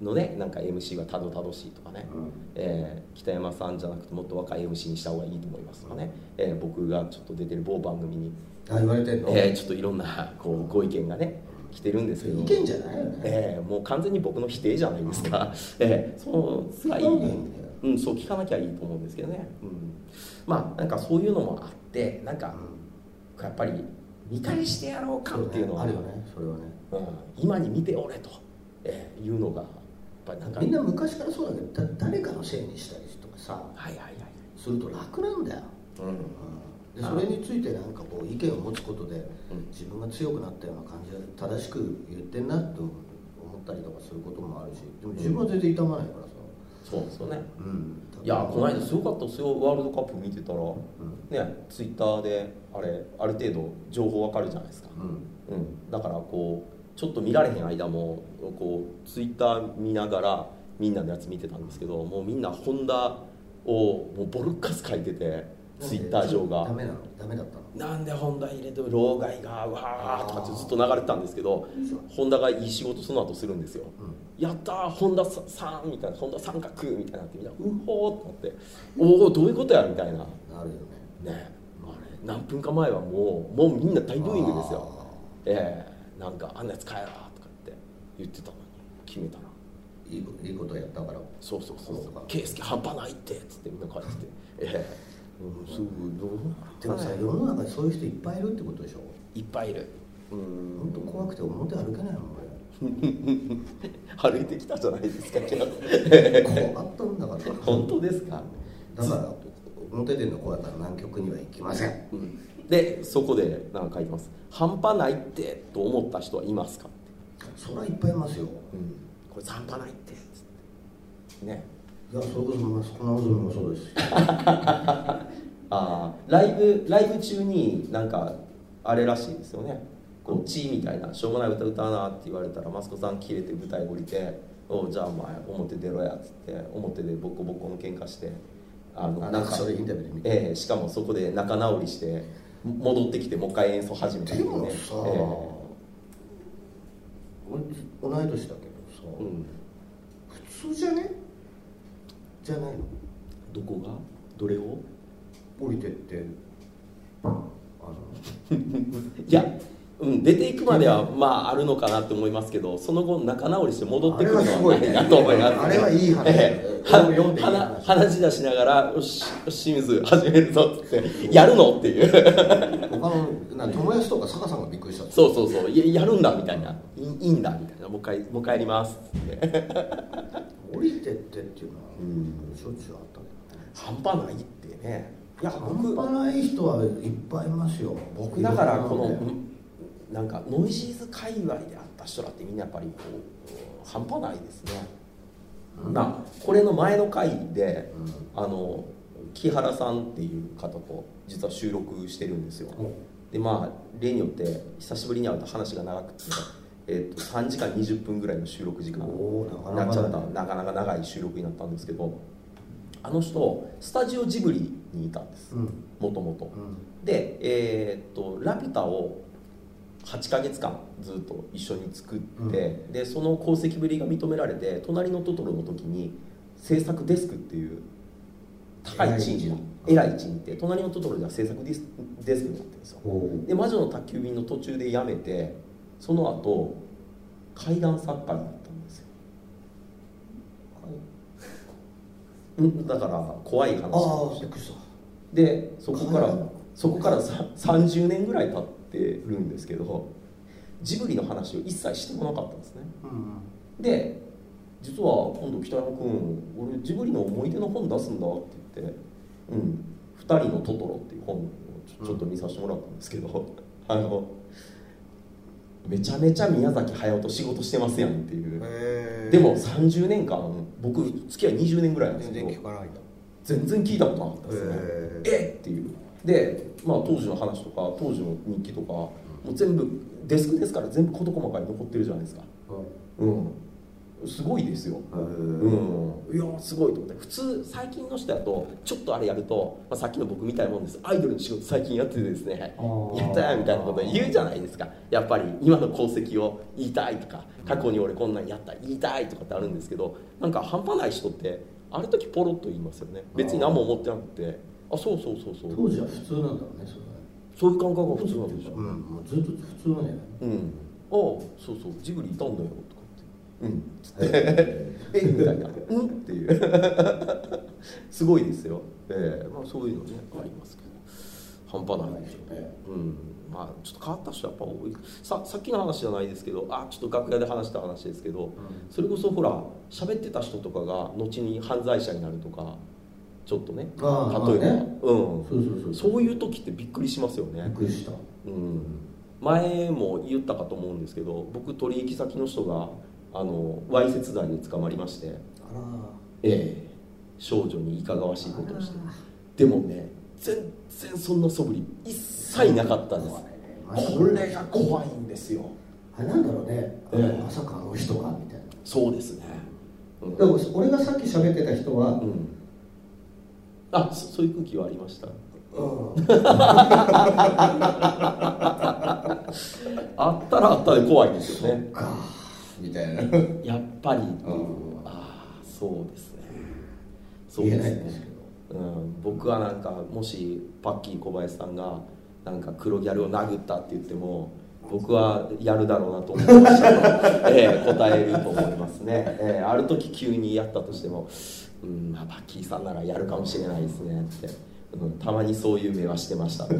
のねなんか MC がたどたどしいとかね、
うん
えー北山さんじゃなくてもっと若い MC にした方がいいと思いますとかね、えー僕がちょっと出てる某番組に、
あ言われてんの
えーちょっといろんなこうご意見がね来てるんですけど
意見じゃないよね
えーもう完全に僕の否定じゃないですか、 えーそうつらい
聞かないんだよ
うん、そう聞かなきゃいいと思うんですけどね、うん、まあなんかそういうのもあってなんかやっぱり見返してやろうかっていうのは
あるよねそれはね
うん、今に見ておれと、えーいうのがやっぱりなんか
みんな昔からそうだけどだ誰かのせいにしたりとかさ
はいはいはい、
すると楽なんだよ
うん、
でそれについてなんかこう意見を持つことで
うん
自分が強くなったような感じで正しく言ってんなと思ったりとかすることもあるしでも自分は全然痛まないからさ、
そうですよね
うん、
いやこの間すごかったですよワールドカップ見てたら、
ん
ねツイッターであれある程度情報わかるじゃないですか、
う
う
ん
ん、だからこうちょっと見られへん間もこうツイッター見ながらみんなのやつ見てたんですけどもうみんなホンダをもうボルカス書いててツイッター上が
ダメなのダメだったの
なんで本田入れて老害がうわーとかってずっと流れてたんですけど本田がいい仕事その後するんですよ、やったー本田ささんみたいな本田三角みたいになってみんなうほーってなっておおどういうことやみたいなね
あるよ
あ
ね
れ何分か前はもうもうみんな大ブーイングですよええなんかあんなやつ帰らーとかって言ってたのに決めたら
あーいいこといいことやったから
そうそうそう
そうか
「圭介半端ないって」っつってみんな帰っててええうんすぐどう
でもさ世の中にそういう人いっぱいいるってことでしょ
いっぱいいるうん
本当怖くて表歩けないもん俺
歩いてきたじゃないですか昨 日
怖かったんだから
本当ですか
だから表出るの怖いから南極には行きません
うんでそこでなんか書いてます「半端ないって」と思った人はいますかって、
そりゃいっぱいいますよ
うん、これ半端ないってつってね
いやそれこそまあこのズもそうですし
あーライブライブ中になんかあれらしいですよねこう「チー」みたいな「しょうもない歌歌うな」って言われたらマスコさん切れて舞台降りて「おうじゃあお前表出ろや」っつって表でボコボコの喧嘩してあの
あ
な
なんんか
か
それインタビューで見て
ええしかもそこで仲直りして戻ってきてもう一回演奏始めた
でも
え
さ、
え
俺同い年だけどさ、
うん、
普通じゃねじゃないの
どこがどれを
降りてってあの
いや、うん、出ていくまではまああるのかなって思いますけどその後仲直りして戻ってくるのはないなと思います
あれはいい話
ええ
これを読んでいい話
は話し出しながら「よしよし清水始めるぞ」っつって「やるの?」っていう
他のな友達とか坂さんがびっくりした
そうそうそう「いややるんだ」みたいな「いいいいんだ」みたいな「もう一回もう一回やります」って
降りてってっていうのは
うん
しょっちゅうあったけどね
半端ないってねいや
半端ない人はいっぱいいますよ
僕だからこの、
いろいろ
う
ね
んなんかノイジーズ界隈であった人らってみんなやっぱりこう半端ないですね、
うん
なこれの前の回で、
うん
あの木原さんっていう方と実は収録してるんですよ、でまあ例によって久しぶりに会うと話が長くて、えっと3時間20分ぐらいの収録時間
おー
にな
なかなかだね
っちゃったなかなか長い収録になったんですけどあの人スタジオジブリにいたんです
うん
もともと
うん
で、えーっと「ラピュタ」を8ヶ月間ずっと一緒に作って、
うん
でその功績ぶりが認められて「隣のトトロ」の時に制作デスクっていう高い地位に
偉
偉い地位にいて「隣のトトロ」では制作ディスデスクになってるんですよ
おー
で「魔女の宅急便」の途中で辞めてその後怪談作家になったんですようんだから怖い話
ああびっくりした
でそこから
階段
そこからさ30年ぐらい経ってるんですけどジブリの話を一切してこなかったんですね
うん
で実は今度北山君俺ジブリの思い出の本出すんだって言って「うん二人のトトロ」っていう本をちょちょっと見させてもらったんですけど、 あのめちゃめちゃ宮崎駿と仕事してますやんっていう、
へー
でも30年間僕付き合い20年ぐらいなんです
全
け
然
ど
聞かないんだ
全然聞いたことなかったですね、
へー
えっっていうで、まあ、当時の話とか当時の日記とかもう全部デスクですから全部事細かに残ってるじゃないですかうんすごいですようん、いやすごいと思って普通最近の人だとちょっとあれやると、まあ、さっきの僕みたいなもんですアイドルの仕事最近やっててですねや
あー
ったーみたいなこと言うじゃないですかやっぱり今の功績を言いたいとか過去に俺こんなんやった言いたいとかってあるんですけどなんか半端ない人ってある時ポロッと言いますよね別に何も思ってなくてあそうそうそうそう
当時は普通なんだろうねそれは
そういう感覚が普通なんでしょ
うんもうずっと普通なんじゃない
うん、ああそうそうジブリいたんだよとかってうんつって「えみたいな「うん?」っていう すごいですよ、ええまあそういうのねありますけど 半端ないですよねうんまあちょっと変わった人やっぱ多いささっきの話じゃないですけどあちょっと楽屋で話した話ですけど、それこそほら喋ってた人とかが後に犯罪者になるとかちょっとね例え
あ
ば、
あまあね
うん
そうそうそう
そういう時ってびっくりしますよね
びっくりした
うん、前も言ったかと思うんですけど僕取引先の人があのわいせつ罪で捕まりまして、
あら
ええ少女にいかがわしいことをしてでもね全然そんな素振り一切なかったんですこれが怖いんですよ
あれなんだろうね、
ええ
まさかあの人がみたいな
そうですね、うん
だから俺がさっき喋ってた人は、
うんあそそういう空気はありましたあったらあったで怖いんですよね
みたいな。
やっぱり
うん
ああそうですねそう
言え
です
ないん
ね
ですけど。
うん、僕はなんかもしパッキー小林さんがなんか黒ギャルを殴ったって言っても僕はやるだろうなと 思いましたええ答えると思いますね、ええある時急にやったとしても、うんまあ、パッキーさんならやるかもしれないですねって、うん、たまにそういう目はしてましたって、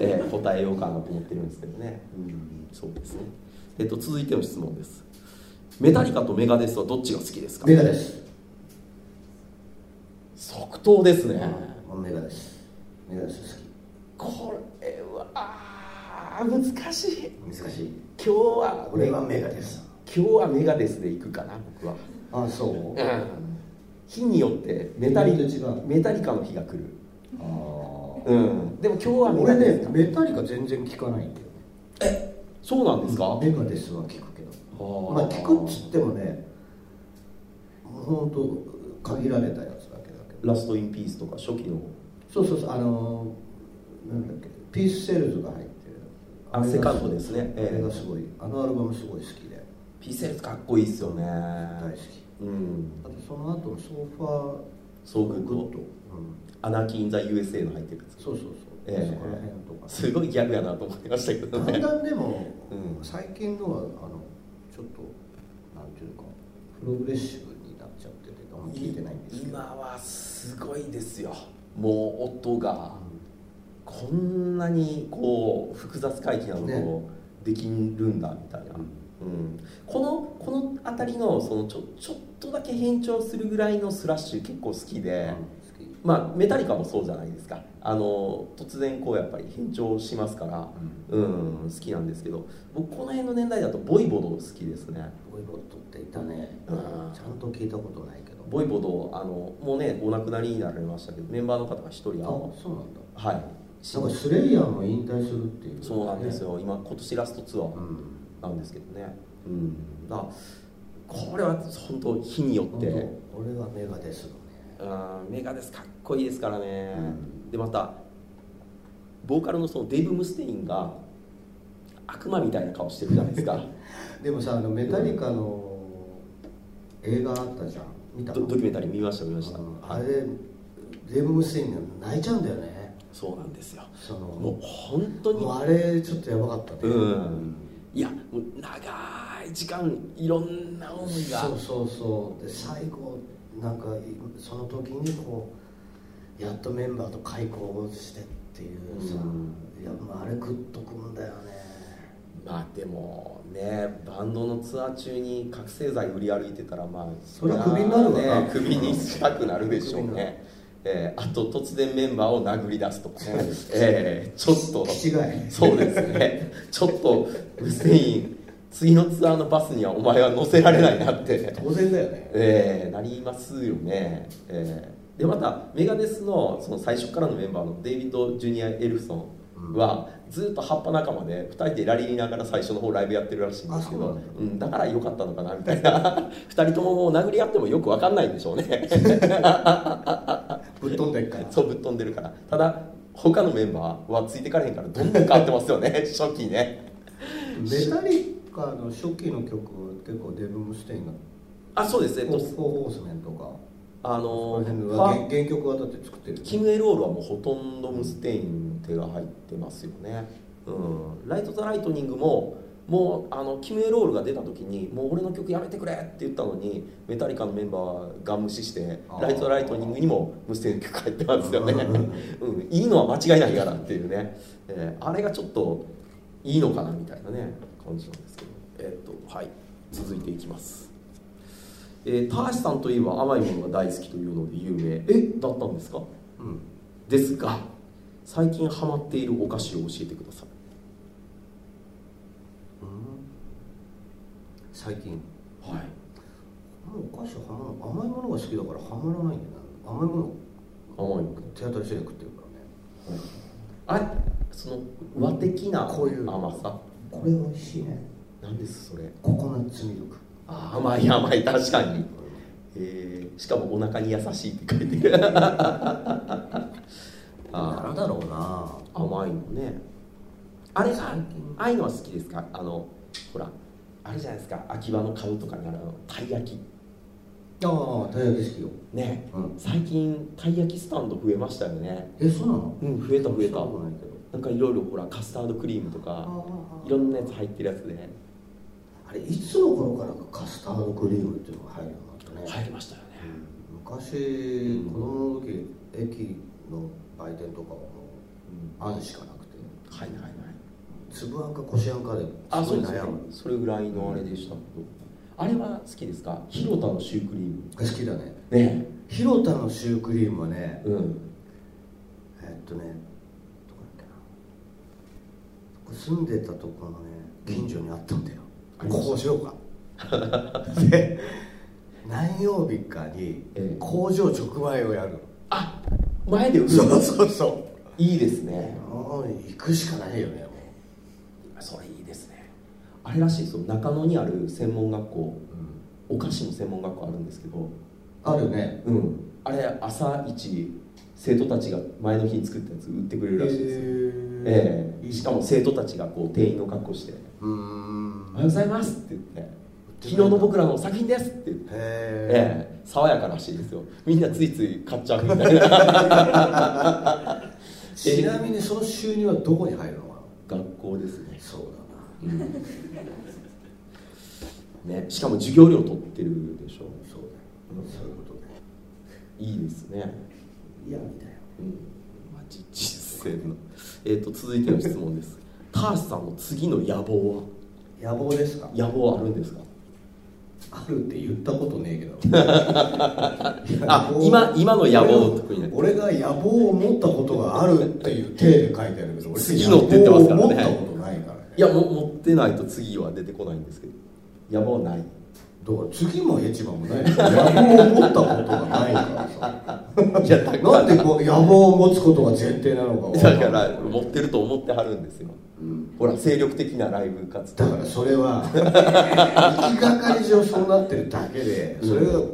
ええ答えようかなと思ってるんですけどね、うん、そうですね、えっと、続いての質問ですメタリカとメガデスはどっちが好きですか
メガです。
即答ですね、
メガです。メガです
これはあー難しい
好き。難しい。
今日は
俺はメガです。
今日はメガデスで行くかな僕は、
あ、そう。
日によってメタリ
日によって違う
メタリカの日が来る、
あー
うん、でも今日はメ
俺
ガデス
ねメタリカ全然聞かないんだよね
そうなんですか、あ
メガデスは聞くけど
ー
まあ聞くっつってもね本当限られたやつだけだけど
ラストインピースとか初期の
そうそうそうあのーなんだっけピースセルズが入ってる
あセカンドですねええ
あれがすごいあのアルバムすごい好きで
ピーセルズかっこいいっすよね
大好き
うん
あとその後のソファー
ソーグッド
うん
アナキー・イン・ザ・ USA の入ってるやつ
そうそうそう、
ええ
そこら辺とか
すごいギャグやなと思ってましたけど
だん
ね
だんでも、
うん
最近のはあのちょっとなんていうかプログレッシブになっちゃっててあんま聞いてないんですけ
今
ど
はすごいですよもう音がこんなにこう複雑回帰なことをできるんだみたいな、うん、このこの辺りのそのちょちょっとだけ変調するぐらいのスラッシュ結構好き
うん
で
好、き
まあメタリカもそうじゃないですかあの突然こうやっぱり変調しますから、うん、好きなんですけど僕この辺の年代だとボイボド好きですね
ボイボットっていたね、
うん
ちゃんと聞いたことないけど
ボイボドあのもうねお亡くなりになられましたけどメンバーの方が一人あ
あ
の
そうなんだ
はい
なんかスレイヤーも引退するっていう、
そうなんですよ今今年ラストツア
う
ー
ん
なんですけどねうんだからこれは本当日によって
俺はメガですのね
うんメガデスかっこいいですからね、でまたボーカルのそのデイブ・ムステインが悪魔みたいな顔してるじゃないです か
でもさあのメタリカの映画あったじゃん見た
ドドキュメンタリー見ました見ました、
うんあ
はい
れデーブ・ムステインが泣いちゃうんだよね
そうなんですよ
その
もう本当に
もうあれちょっとやばかったね、
うん、いやもう長い時間いろんな思いが
そうそうそうで最後なんかその時にこうやっとメンバーと開口してっていうさ、
うん
いやもうあれグッとくんだよね
まあでもねバンドのツアー中に覚醒剤売り歩いてたらまあ
それはクビになるわな
ねクビにしたくなるでしょうね、えーあと突然メンバーを殴り出すとかね、えーちょっと
気違い
そうですねちょっとムセイン次のツアーのバスにはお前は乗せられないなって
当然だよね
えーなりますよね、えーでまたメガデスのその最初からのメンバーのデイビッド・ジュニア・エルフソンは、ずっと葉っぱ仲間で2人でラリーながら最初の方ライブやってるらしいんですけ
あそう
ど
な
うん、だから良かったのかなみたいな2 人とももう殴り合ってもよく分かんないんでしょう ね
ぶっ飛んでっから
そうぶっ飛んでるからただ他のメンバーはついてかれへんからどんどん変わってますよね 初期ね
メタリカの初期の曲は結構デーブ・ムステインが
あそうです
「
えっ
フォ
と
ー・ホースメン」とか
あの
この辺
フ
のは
ァ
原原曲はだって作ってる
キム・エロールはもうほとんどムステインの手が入ってますよね、うん、ライト・ザ・ライトニングももうあのキム・エロールが出た時に「もう俺の曲やめてくれ!」って言ったのにメタリカのメンバーが無視して
あー
ライト・ザ・ライトニングにもムステインの曲入ってますよね、
うんうん
うん、いいのは間違いないからっていうね、えーあれがちょっといいのかなみたいなね感じなんですけどえーっとはい続いていきますえー、田橋さんといえば甘いものが大好きというので有名えだったんですか
うん
ですが最近ハマっているお菓子を教えてください
最近
はい
もうお菓子はまらない甘いものが好きだからハマらないんだよな甘いもの
甘い
手当たり次第食ってるからね
あれその和的な
こういう
甘さ
これ美味しいね
なんですそれ
ココナッツミルク
あ甘い甘い確かに、え ーしかもお腹に優しいって書いてるあ
なんだろうな
あれがああいうのは好きですかあのほらあれじゃないですか秋葉の買うとかにあるあのたい焼き
ああ
大学式を
ね、
うん
最近たい焼きスタンド増えましたよね
えそうなの
うん増えた増えた
したことないけど
なんかいろいろほらカスタードクリームと
あ
か
あ
いろんなやつ入ってるやつで
あれいつの頃からかカスタードクリームっていうのが入るようになったね
入りましたよね
昔子供の時駅の売店とかはもうあんしかなくて
はいはいはい
粒あんかこしあんかで
あそうですね
悩む
それぐらいのあれでしたけどあれは好きですか広田のシュークリーム
好きだね
ね
広田のシュークリームはね
うん
えっとねどこだっけなここ住んでたとこのね近所にあったんだよ
ありました
工場がで何曜日かに
ええ
工場直売をやる
あ前で売
の
る
そうそうそ
いいです
う
ね
もう行くしかないよねも
それいいですねあれらしいですよ中野にある専門学校
う、うん
お菓子の専門学校あるんですけど
あるよね
うんあれ朝一生徒たちが前の日に作ったやつ売ってくれるらしいですよええしかも生徒たちがこう店員の格好して
う
「
ー
お
ん
はようございます」って言って「昨日の僕らの作品です」って言って、
へえ
ええ爽やからしいですよみんなついつい買っちゃうみたい な
ちなみにその収入はどこに入るのかな
学校ですね
そうだな
ねしかも授業料取ってるでしょ
そうだよそういうことね
いいですね
嫌みたいよ
マジ実践のえっ、と続いての質問ですタースさんの次の野望は
野望ですか
野望あるんですか
あるって言ったことねえけど
あ今今の野望特にね
俺が野望を持ったことがあるっていう体で書いてあるけど俺
次のって言ってますからね
野望を持ったことないからね
いやも持ってないと次は出てこないんですけど野望 ない
だから次もヘチマもない野望を持ったことがないからさ
いやだ
なんでこう野望を持つことが前提なのかわんない
だから持ってると思ってはるんですよ、ほら精力的なライブ活
だ
動
からそれは行きがかり上そうなってるだけでそれが6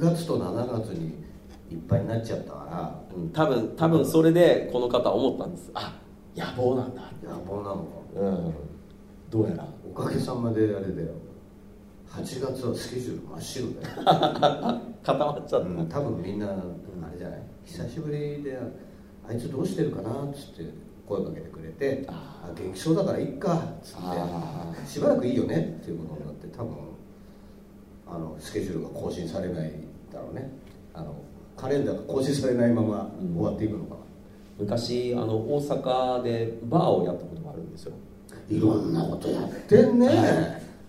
月と7月にいっぱいになっちゃったか
うん多分多分それでこの方思ったんですあ野望なんだ
ら野望なのか
うんどうやら
おかげさまであれだよ8月はスケジュール真っ白だよ、
固まっちゃった、
うん多分みんなあれじゃない久しぶりであいつどうしてるかなっつって声かけてくれて
あ
あ元気そうだからいっかっつ
あ
ってしばらくいいよねっていうことになって多分あのスケジュールが更新されないだろうねあのカレンダーが更新されないまま
うん
終わっていくのかな、
昔あの大阪でバーをやったことがあるんですよ
いろんなことやってんね、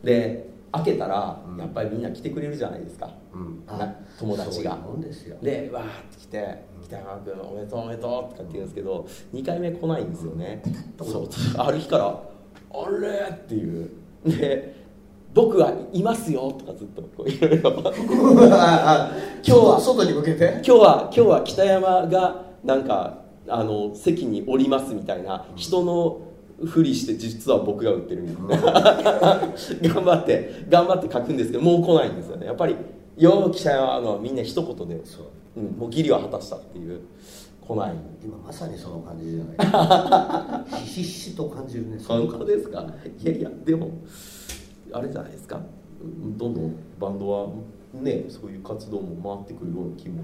で開けたら
うん
やっぱりみんな来てくれるじゃないですか、
うん
な友達が
そういうもんですよ
でわーって来て「北山君おめでとうおめでとう」とかって言うんですけど2回目来ないんですよねそうある日から「あれ?」っていうで「僕はいますよ」とかずっとこういろいろ「今 日は
外に向けて
日は今日は北山がなんかあの席におります」みたいな人のふりして実は僕が売ってるみたいな。 頑張って頑張って書くんですけどもう来ないんですよねやっぱりよう記者はあのみんな一言で
そう
う、ん、もう義理は果たしたっていう来ない
今まさにその感じじゃない ひしひしと感じるねその
本
感
当
じ
ですかいやいやでもあれじゃないですかうんどんどんバンドはねそういう活動も回ってくるような気も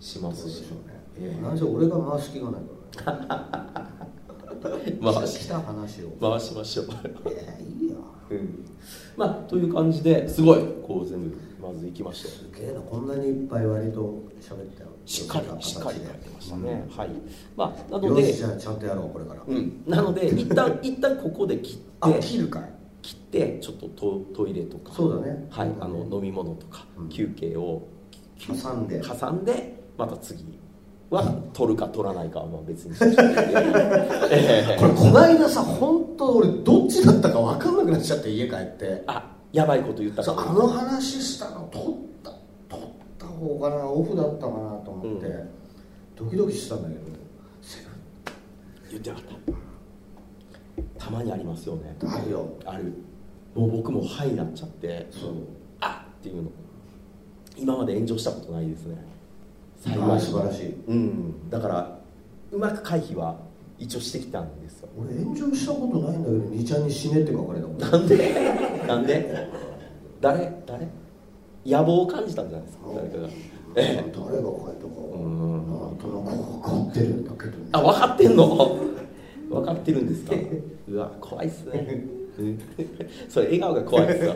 しま
そ
す
うで
し
しょうね、
ええ
なんせ俺が回す気がないからね
回
来
した
話を、
回しましょう、
ええいいよ
うん、 まあという感じですごいこう全部まずいきましたよ
すげえなこんなにいっぱい割と喋ったよ
しっかりしっかり書いてましたね、はいまあな
よ
ので
しじゃあちゃんとやろうこれから、
うん、なので一旦一旦ここで切
あ
って
切るかい
切ってちょっとトトイレとか
そうだね
はい、あの飲み物とか、
うん
休憩をき
挟んで
挟んでまた次は取るか取らないかはまあ別にして ええ
これこないださ本当俺どっちだったか分かんなくなっちゃって家帰って
あやばいこと言った
そうあ
か
の話したの取った取った方かなオフだったかなと思って、
う
ドキドキしたんだけどセー
言ってなかったたまにありますよね
フだよ
あるもう僕も「はい」なっちゃって
そう
あっていうの今まで炎上したことないですね
ああ素晴らしい
うんだからうまく回避は一応してきたんですよ
俺炎上したことないんだけど二ちゃんに死ねって書かれたもん
なんでなんで誰誰野望を感じたんじゃないですか誰かが
誰が書いたかなんとなく分かってるんだけどね
あ分かってんの分かってるんです かうわ怖いっすねそれ笑顔が怖いっすわ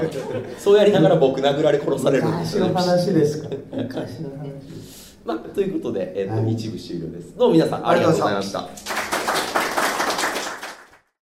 そうやりながら僕殴られ殺されるんですよ
昔の話ですから昔の話
まあ、ということで、えっと
はい
一部終了ですどうも皆さんありがとうございました